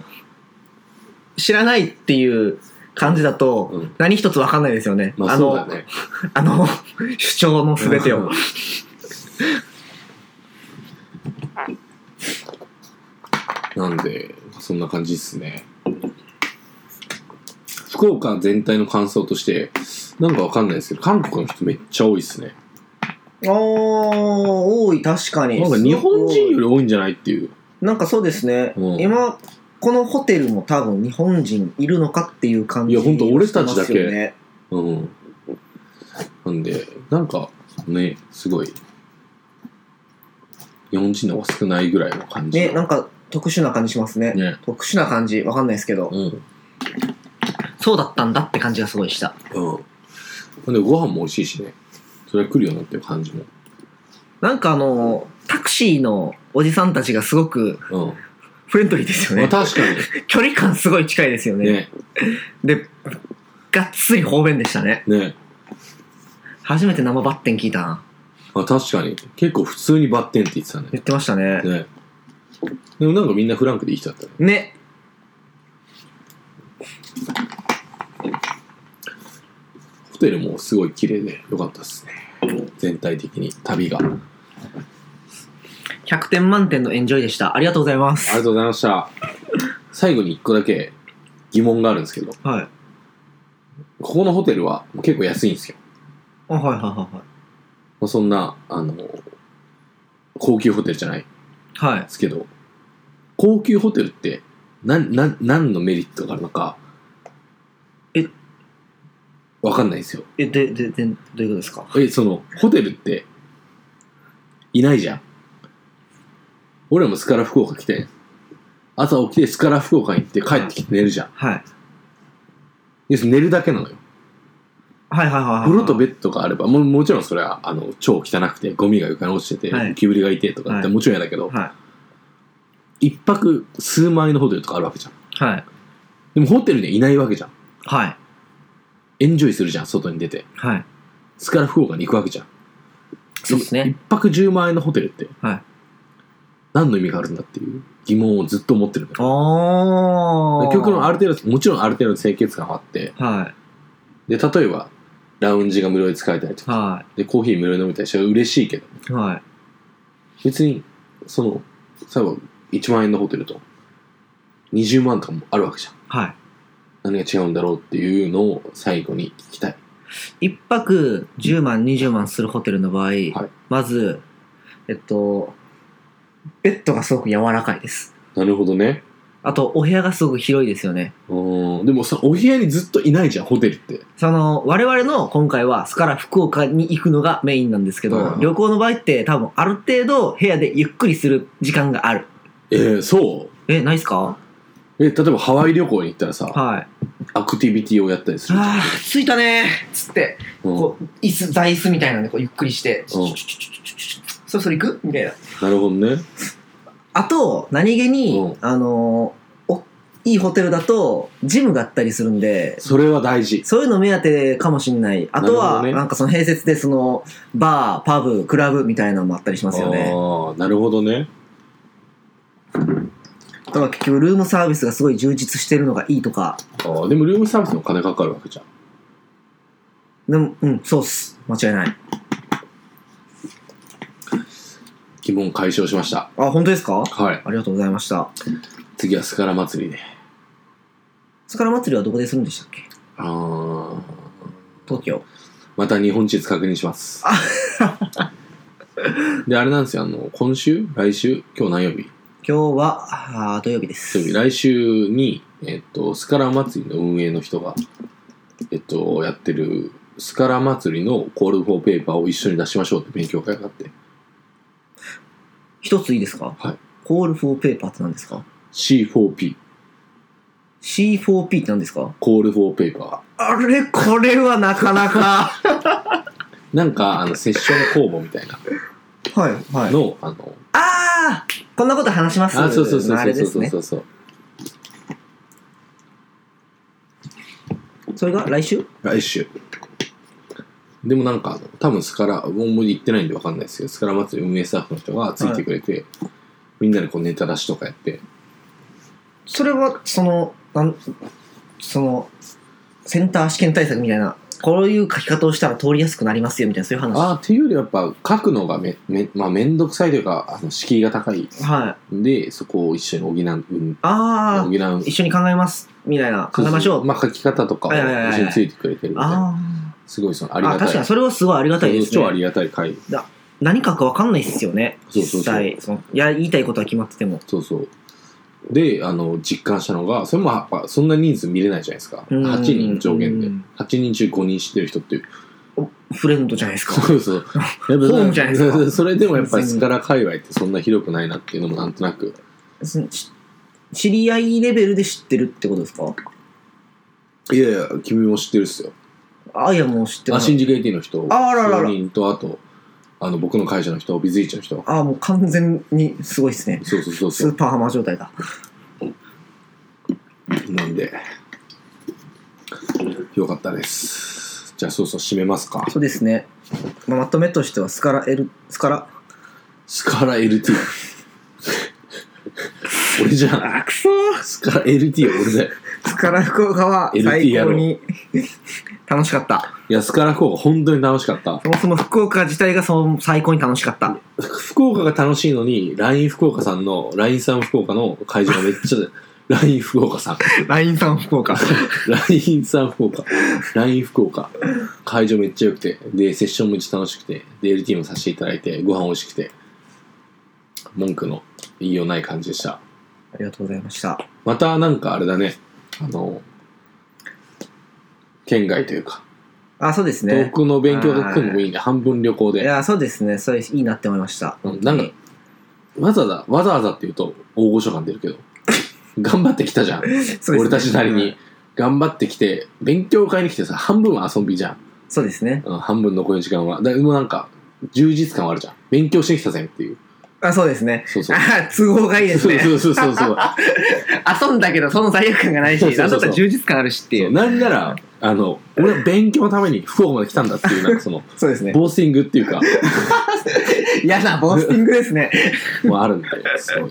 Speaker 1: 知らないっていう感じだと、
Speaker 2: うん
Speaker 1: 何一つわかんないですよね。
Speaker 2: まあそうだね。
Speaker 1: あの、あの、主張のすべてを。
Speaker 2: [LAUGHS] なんで、そんな感じですね。福岡全体の感想として、なんかわかんないですけど、韓国の人めっちゃ多いですね。
Speaker 1: お多い、確かに
Speaker 2: なんか日本人より多いんじゃないっていう。
Speaker 1: なんかそうですね、
Speaker 2: うん
Speaker 1: 今、このホテルも多分日本人いるのかっていう感
Speaker 2: じいやほんと俺たちだけしてますよ
Speaker 1: ね、
Speaker 2: うん。なんで、なんかね、すごい、日本人の方が少ないぐらいの感じ。
Speaker 1: んか特殊な感じしますね
Speaker 2: ね
Speaker 1: 特殊な感じ、わかんないですけど
Speaker 2: うん。
Speaker 1: そうだったんだって感じがすごいした。
Speaker 2: うん。なんでご飯も美味しいしね。それは来るようになってる感じも。
Speaker 1: なんかあの、タクシーのおじさんたちがすごく
Speaker 2: うん。
Speaker 1: フレンドリーですよ
Speaker 2: まあ
Speaker 1: ね。
Speaker 2: 確か
Speaker 1: 距離感すごい近いですよ
Speaker 2: に。
Speaker 1: ね。
Speaker 2: ね。
Speaker 1: で、がっつり方便でしたね。
Speaker 2: ね。
Speaker 1: 初めて生バッテン聞いたな。
Speaker 2: まあ確かに。結構普通にバッテンって言ってたね。
Speaker 1: 言ってましたね。
Speaker 2: ね。でもなんかみんなフランクでいい人だったね。
Speaker 1: ね。
Speaker 2: ホテルもすごい綺麗で良かったですね。全体的に旅が。あり
Speaker 1: 100点満点のエンジョイでした。ありがとうございま
Speaker 2: がと
Speaker 1: す。
Speaker 2: うございました。最後に一個だけ疑問があるんですけど、
Speaker 1: はい。
Speaker 2: ここのホテルは結構安いんですよ。
Speaker 1: あ、はいはいは
Speaker 2: まあ、そんな、あの、高級ホテルじゃない。
Speaker 1: いはい。はい
Speaker 2: で。すけど高級ホテルって何何何のメリットがあるのか
Speaker 1: え
Speaker 2: わかんないんですよ
Speaker 1: え、で、で、で、どういうことですか
Speaker 2: えそのホテルっていないじゃん俺らもスカラ福岡来て朝起きてスカラ福岡に行って帰ってきて寝るじゃん
Speaker 1: はい。
Speaker 2: 要するに寝るだけなのよ
Speaker 1: はいはいはいはい。
Speaker 2: 風呂とベッドがあればももちろんそれはあの超汚くてゴミが床に落ちてて、
Speaker 1: はい
Speaker 2: 浮きぶりがいてとかって
Speaker 1: はい
Speaker 2: もちろんやだけど、
Speaker 1: は
Speaker 2: 一泊数万円のホテルとかあるわけじゃん
Speaker 1: い。はい。
Speaker 2: でもホテルにはいないわけじゃん
Speaker 1: はい。
Speaker 2: エンジョイするじゃん外に出て
Speaker 1: はい。
Speaker 2: スカラ福岡に行くわけじゃん。
Speaker 1: そうですね
Speaker 2: 一泊10万円のホテルって、
Speaker 1: はい
Speaker 2: 何の意味があるんだっていう疑問をずっと持ってるの。
Speaker 1: おー。
Speaker 2: 結局のある程度、もちろんある程度の清潔感はあって、
Speaker 1: は
Speaker 2: で、例えば、ラウンジが無料で使えたりと
Speaker 1: い。
Speaker 2: か、
Speaker 1: は
Speaker 2: で、コーヒー無料で飲めたりしたら嬉しいけど、
Speaker 1: い。はい。
Speaker 2: 別にその、最後、1万円のホテルと、20万とかもあるわけじゃん。
Speaker 1: は
Speaker 2: 何が違うんだろうっていうのを最後に聞きたい。
Speaker 1: い。一泊10万、20万するホテルの場合、まず、えっと、ベッドがすごく柔らかいです。
Speaker 2: なるほどね。
Speaker 1: あと、お部屋がすごく広いですよね。
Speaker 2: うん。でもさ、お部屋にずっといないじゃん、ホテルって。
Speaker 1: その、我々の今回は、スから福岡に行くのがメインなんですけど、
Speaker 2: うん
Speaker 1: 旅行の場合って多分ある程度部屋でゆっくりする時間がある。
Speaker 2: えー、そう
Speaker 1: え、ないっすか
Speaker 2: え、例えばハワイ旅行に行ったらさ、
Speaker 1: はい。
Speaker 2: アクティビティをやったりするじゃん。
Speaker 1: あー、着いたねーつって、
Speaker 2: うん
Speaker 1: こう、椅子、座椅子みたいなんで、こう、ゆっくりして、
Speaker 2: うん
Speaker 1: そろそろ行くみたいな。
Speaker 2: なるほどね。
Speaker 1: あと、何気に、
Speaker 2: うん
Speaker 1: あのーお、いいホテルだと、ジムがあったりするんで、
Speaker 2: それは大事。
Speaker 1: そういうの目当てかもしれない。あと
Speaker 2: なるほ
Speaker 1: は、
Speaker 2: どね
Speaker 1: なんかその併設で、その、バー、パブ、クラブみたいなのもあったりしますよね。
Speaker 2: ああ、なるほどね。
Speaker 1: だから結局、ルームサービスがすごい充実してるのがいいとか、
Speaker 2: あーでもルームサービスの金かかるわけじゃん。
Speaker 1: でも、うん、そうっす。間違いない。
Speaker 2: 疑問解消しました。
Speaker 1: あ、本当ですか
Speaker 2: はい。
Speaker 1: ありがとうございました。
Speaker 2: 次はスカラ祭りで。
Speaker 1: スカラ祭りはどこでするんでしたっけ
Speaker 2: あー
Speaker 1: 東京。
Speaker 2: また日本地図確認
Speaker 1: [LAUGHS]
Speaker 2: します
Speaker 1: あ。
Speaker 2: で、あれなんですよ、あの、今週来週今日何曜日
Speaker 1: 今日は、あー土曜日です
Speaker 2: 土。曜日来週に、えっと、スカラ祭りの運営の人が、えっと、やってる、スカラ祭りのコールフォーペーパーを一緒に出しましょうって勉強会があって、
Speaker 1: 一ついいですか
Speaker 2: はい。
Speaker 1: コールフォーペーパーって何ですか
Speaker 2: C4P、
Speaker 1: C4P って何ですか
Speaker 2: コールフォーペーパー。
Speaker 1: あれ、これはなかな
Speaker 2: [LAUGHS]
Speaker 1: か。
Speaker 2: なんか、あの、セッション公募みたいな
Speaker 1: はい、は。
Speaker 2: の、あの、
Speaker 1: あーこんなこと話します
Speaker 2: あ、そうそうそう
Speaker 1: あ
Speaker 2: そ
Speaker 1: れ
Speaker 2: うそ
Speaker 1: で
Speaker 2: う
Speaker 1: す
Speaker 2: そう
Speaker 1: ね
Speaker 2: そ。うそう。
Speaker 1: それが来週
Speaker 2: 来週。でもなんかあの、多分スカラ、もうもう行ってないんでわかんないですけど、スカラ祭り運営スタッフの人がついてくれて、みんなでこうネタ出しとかやって、
Speaker 1: それは、その、なん、その、センター試験対策みたいな、こういう書き方をしたら通りやすくなりますよ、みたいな、そういう話。
Speaker 2: ああ、っていうよりやっぱ書くのがめ、め、まあめんどくさいというか、あの、敷居が高い
Speaker 1: はい。
Speaker 2: んで、そこを一緒に補う、うん、
Speaker 1: あ
Speaker 2: 補
Speaker 1: ー
Speaker 2: う。
Speaker 1: 一緒に考えます、みたいな、考えましょう。
Speaker 2: まあ書き方とかを
Speaker 1: はいはいはいはい
Speaker 2: 一緒についてくれてるみたいな。
Speaker 1: あ
Speaker 2: すごいその、あり
Speaker 1: ーあ、
Speaker 2: がたい。
Speaker 1: 確かにそれはすごいありがたいです
Speaker 2: 超あ
Speaker 1: ね。
Speaker 2: りがたい会。
Speaker 1: 何書くかわかんないっすよね。
Speaker 2: そうそうそう
Speaker 1: 実際。そのいや、言いたいことは決まってても。
Speaker 2: そうそう。で、あの、実感したのが、それもやっぱ、そんな人数見れないじゃないですか。
Speaker 1: うん
Speaker 2: 8人上限で
Speaker 1: うん。
Speaker 2: 8人中5人知ってる人っていう。
Speaker 1: フレンドじゃないですか。 [LAUGHS]
Speaker 2: そうそう。ホ
Speaker 1: ホームじゃないですか
Speaker 2: それでもやっぱりスカラ界隈ってそんな広くないなっていうのもなんとなく。
Speaker 1: そのし知り合いレベルで知ってるってことですか
Speaker 2: いやいや、君も知ってるっすよ。
Speaker 1: あいやもう知って
Speaker 2: あ、
Speaker 1: ない
Speaker 2: 新宿 AT の人、
Speaker 1: あららら
Speaker 2: 4人と、あと、あの、僕の会社の人、ビズイチの人。
Speaker 1: あもう完全にすごいですね
Speaker 2: そうそうそう
Speaker 1: ス
Speaker 2: そ
Speaker 1: ーパーハマー状態だ
Speaker 2: う。なんで、よかったです。じゃあ、そうそう、締めますか。
Speaker 1: そうですね、まあ、まとめとしてはスカラ L スカラ
Speaker 2: スカラ LT。俺じゃん。
Speaker 1: あくそ
Speaker 2: スカラ LT は俺だよ。
Speaker 1: スカラ福岡は
Speaker 2: LT
Speaker 1: 最高に [LAUGHS] 楽しかった
Speaker 2: いや、スカラ福岡本当に楽しかった。
Speaker 1: そもそも福岡自体がその最高に楽しかった
Speaker 2: 福岡が楽しいのに、LINE 福岡さんの、LINE さん福岡の会場がめっ
Speaker 1: [LAUGHS]
Speaker 2: ちゃ、LINE 福岡さん。
Speaker 1: LINE さん福岡
Speaker 2: LINE さん福岡。LINE 福岡。会場めっちゃ良くて、で、セッションもめっちゃ楽しくて、で、LT もさせていただいて、ご飯美味しくて、文句の言いようない感じでした。
Speaker 1: ありがとうございました
Speaker 2: またなんかあれだね、あの、県外というか、
Speaker 1: あそうです
Speaker 2: 遠
Speaker 1: ね
Speaker 2: くの勉強が来るのもいいね。半分旅行
Speaker 1: い
Speaker 2: で。
Speaker 1: やそうですねそれいいなって思いました
Speaker 2: うんなんか、わざわざ、わざわざって言うと大御所感出るけど、 [LAUGHS] 頑張ってきたじゃ
Speaker 1: [LAUGHS]
Speaker 2: ん。
Speaker 1: そうですね
Speaker 2: 俺たちなりに。頑張ってきて、勉強会に来てさ、半分は遊びじゃん。
Speaker 1: そうですね
Speaker 2: うん半分残りの時間は。だでもなんか、充実感はあるじゃん。勉強してきたぜっていう。
Speaker 1: あそうですね
Speaker 2: そうそう。
Speaker 1: あ都合が [LAUGHS] いいです
Speaker 2: そう
Speaker 1: ね
Speaker 2: そうそうそうそう。
Speaker 1: 遊んだけどその罪悪感がないし
Speaker 2: そうそうそうそ
Speaker 1: なんだ
Speaker 2: う
Speaker 1: ったら充実感あるしってい
Speaker 2: そううなんなら、あの、俺は勉強のために福岡まで来たんだっていう、なんかその、
Speaker 1: そうですね
Speaker 2: ボースティングっていうか、 [LAUGHS]
Speaker 1: 嫌なボースティングですね
Speaker 2: もあるんで、すごい。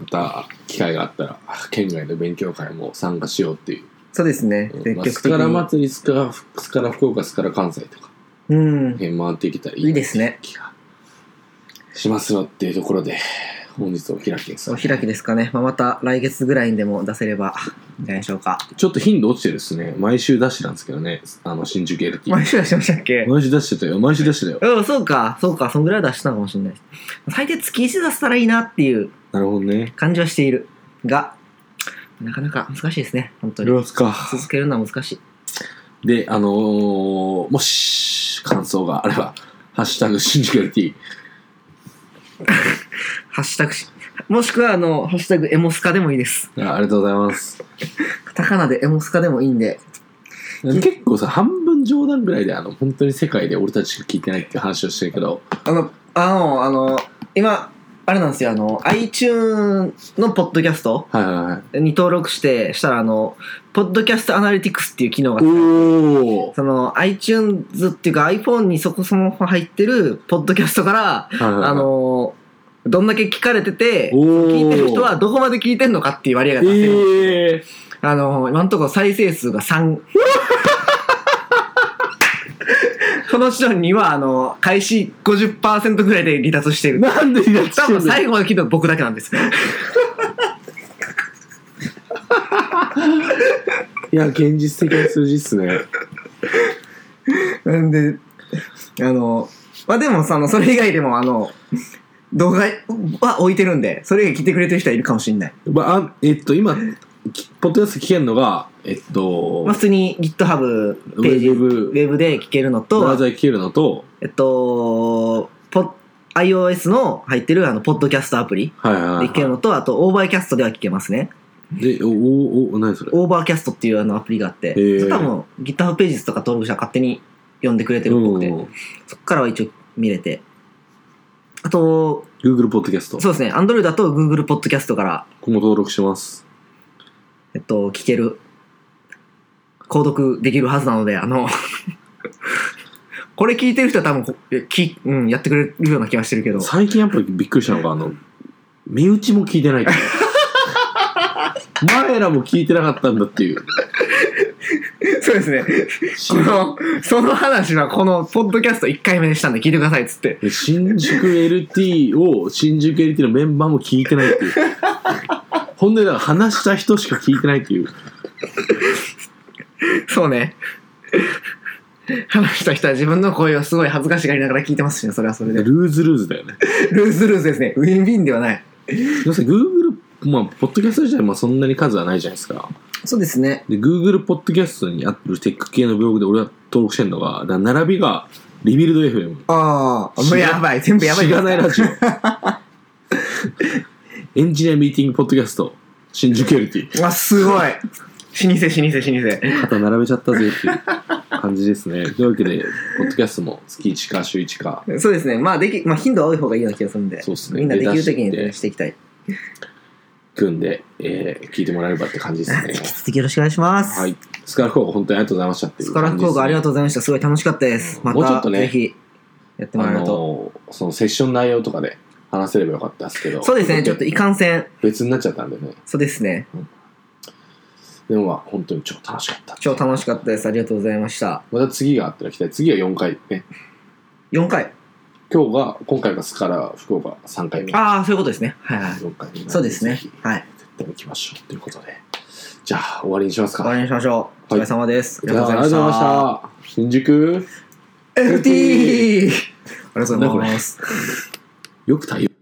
Speaker 2: また、機会があったら、県外の勉強会も参加しようっていう。
Speaker 1: そうですね
Speaker 2: うん
Speaker 1: 積
Speaker 2: まあ
Speaker 1: 極
Speaker 2: ス
Speaker 1: 的
Speaker 2: カラ
Speaker 1: に
Speaker 2: 祭り、スカラ、スカラ福岡、スカラ関西とか、
Speaker 1: うん
Speaker 2: 辺回ってきたらいい
Speaker 1: いいですね
Speaker 2: 気がしますよっていうところで、本日お開きです
Speaker 1: お。開きですかね。まあ、また来月ぐらいにでも出せれば、いいんじゃないでしょうか。
Speaker 2: ちょっと頻度落ちてるですね。毎週出してたんですけどね、あの、新宿 LT。
Speaker 1: 毎週出しましたっけ
Speaker 2: 毎週出してたよ、毎週出してたよ。
Speaker 1: うん、そうか、そうか、そんぐらいは出したのかもしれないです。最低月1出せたらいいなっていう
Speaker 2: なるほどね。
Speaker 1: 感じはしている。が、なかなか難しいですね、本当
Speaker 2: やり
Speaker 1: に。
Speaker 2: ますか。
Speaker 1: 続けるのは難しい。
Speaker 2: で、あのー、もし、感想があれば、ハッシュタグ新宿 LT。
Speaker 1: ハッシュタグし、もしくはあの、ハッシュタグエモスカでもいいです。
Speaker 2: あありがとうございます。
Speaker 1: カタカナでエモスカでもいいんで。
Speaker 2: 結構さ、半分冗談ぐらいで、あの、本当に世界で俺たちしか聞いてないっていう話をしてるけど、
Speaker 1: あの、あの、あの、今、あれなんですよ、あの、iTunes のポッドキャスト
Speaker 2: はいはいはい。
Speaker 1: に登録して、したらあの、ポッドキャストアナリティクスっていう機能が
Speaker 2: おー
Speaker 1: その iTunes っていうか iPhone にそこそも入ってるポッドキャストから、
Speaker 2: はいはいはい
Speaker 1: あのーどんだけ聞かれてて、
Speaker 2: おー
Speaker 1: 聞いてる人はどこまで聞いてんのかっていう割合が出せる。
Speaker 2: ええ
Speaker 1: あのー今のところ再生数が3。この人には、あのー開始50%ぐらいで離脱してい
Speaker 2: ー、
Speaker 1: る。
Speaker 2: なんでやっ
Speaker 1: 多
Speaker 2: て
Speaker 1: 分
Speaker 2: んだ
Speaker 1: 最
Speaker 2: よ
Speaker 1: 後まで聞いたの僕だけなんです。
Speaker 2: いや、現実的な数字っすね。
Speaker 1: なんで、あの、まあ、でもその、それ以外でも、あの、動画は置いてるんで、それ以外聞いてくれてる人はいるかもしれない。
Speaker 2: まああ、えっと、今、きポッドキャスト聞けんのが、えっと、
Speaker 1: まあ、普通に GitHub
Speaker 2: ウ
Speaker 1: ページ、
Speaker 2: ェ
Speaker 1: ウ
Speaker 2: ブ、
Speaker 1: ェブで聞けるの
Speaker 2: ブラ
Speaker 1: と
Speaker 2: ウザ、で聞けるのと、
Speaker 1: えっと、ポ iOS の入ってる、あの、ポッドキャストアプリ
Speaker 2: はいはいは
Speaker 1: で聞けるのと、あと、オーバーキャストでは聞けますね。
Speaker 2: い。で、お、お、お、何それ
Speaker 1: オーバーキャストっていうあのアプリがあって、そ
Speaker 2: ー
Speaker 1: れ多分 GitHub ページとか登録者勝手に読んでくれてるっぽく
Speaker 2: う
Speaker 1: て、
Speaker 2: ん
Speaker 1: そっからは一応見れて。あと、
Speaker 2: Google ポッドキャスト。
Speaker 1: そうですね、Android だと Google ポッドキャストから
Speaker 2: ここも登録してます。
Speaker 1: えっと、聞ける、購読できるはずなので、あの、 [LAUGHS] これ聞いてる人は多分こ、えき、うん、やってくれるような気がしてるけど、
Speaker 2: 最近やっぱりびっくりしたのが、あの、身内も聞いてないっていう。前らも聞いてなかったんだっていう。
Speaker 1: そうですね。この、その話はこの、ポッドキャスト1回目でしたんで聞いてくださいっつって。
Speaker 2: 新宿 LT を新宿 LT のメンバーも聞いてないっていうほんでだから話した人しか聞いてないっていう
Speaker 1: そうね。話した人は自分の声をすごい恥ずかしがりながら聞いてますしね、それはそれ
Speaker 2: ル
Speaker 1: で。
Speaker 2: ーズルーズだよね
Speaker 1: ルーズルーズですね。ウィンウィンではない。
Speaker 2: 要するに Google まあポッドキャスト自体まあそんなに数はないじゃないですか
Speaker 1: そうですね。
Speaker 2: で Google ポッドキャストにあってるテック系のブログで俺は登録してんのがだから並びがリビルド FM
Speaker 1: ああ、もうやばい。全部やばい。
Speaker 2: しがないラジオ [LAUGHS] エンジニアミーティングポッドキャスト新宿 LT
Speaker 1: うわ、すごい。老舗、老舗、老舗。
Speaker 2: 肩並べちゃったぜっていう感じですね。というわけで、ポッドキャストも月1か週1か、
Speaker 1: そうですね。まあ、でき、まあ、頻度は多い方がいいような気がするんで。
Speaker 2: そうっすね
Speaker 1: みんなできる時に
Speaker 2: 出だして
Speaker 1: していきたい。
Speaker 2: 組んで、えー聞いてもらえればって感じですね
Speaker 1: 引。き続きよろしくお願いします。
Speaker 2: はい。スカラフ効果本当にありがとうございましたってい
Speaker 1: ス
Speaker 2: う
Speaker 1: カラ
Speaker 2: 感
Speaker 1: フ
Speaker 2: じです
Speaker 1: 効
Speaker 2: ね、
Speaker 1: 果ありがとうございました。すごい楽しかったです。ま、
Speaker 2: もうちょったとね
Speaker 1: ぜひ、やってもらえると。
Speaker 2: あのーそのセッション内容とかで話せればよかったですけど。
Speaker 1: そうですね。ちょっといかんせん。
Speaker 2: 別になっちゃったんでね。
Speaker 1: そうですね。
Speaker 2: でもまあ、本当に超楽しかった。
Speaker 1: 超楽しかったです。ありがとうございました。
Speaker 2: また次があったら来たい。次は4回ね。
Speaker 1: 4回。
Speaker 2: 今日が、今回がスカラ福岡3回目。
Speaker 1: ああ、そういうことですね。はいはい。
Speaker 2: 4回目なん
Speaker 1: そうです
Speaker 2: ぜ
Speaker 1: ね
Speaker 2: ひ。
Speaker 1: はい。
Speaker 2: 絶対行きましょう。ということで。じゃあ、終わりにしますか
Speaker 1: 終。わりにしましょう。お疲れ様です。
Speaker 2: じゃあありがとうございました。新宿、
Speaker 1: FT! [LAUGHS] ありがとうござい
Speaker 2: なんだこ
Speaker 1: ます。
Speaker 2: よく対応。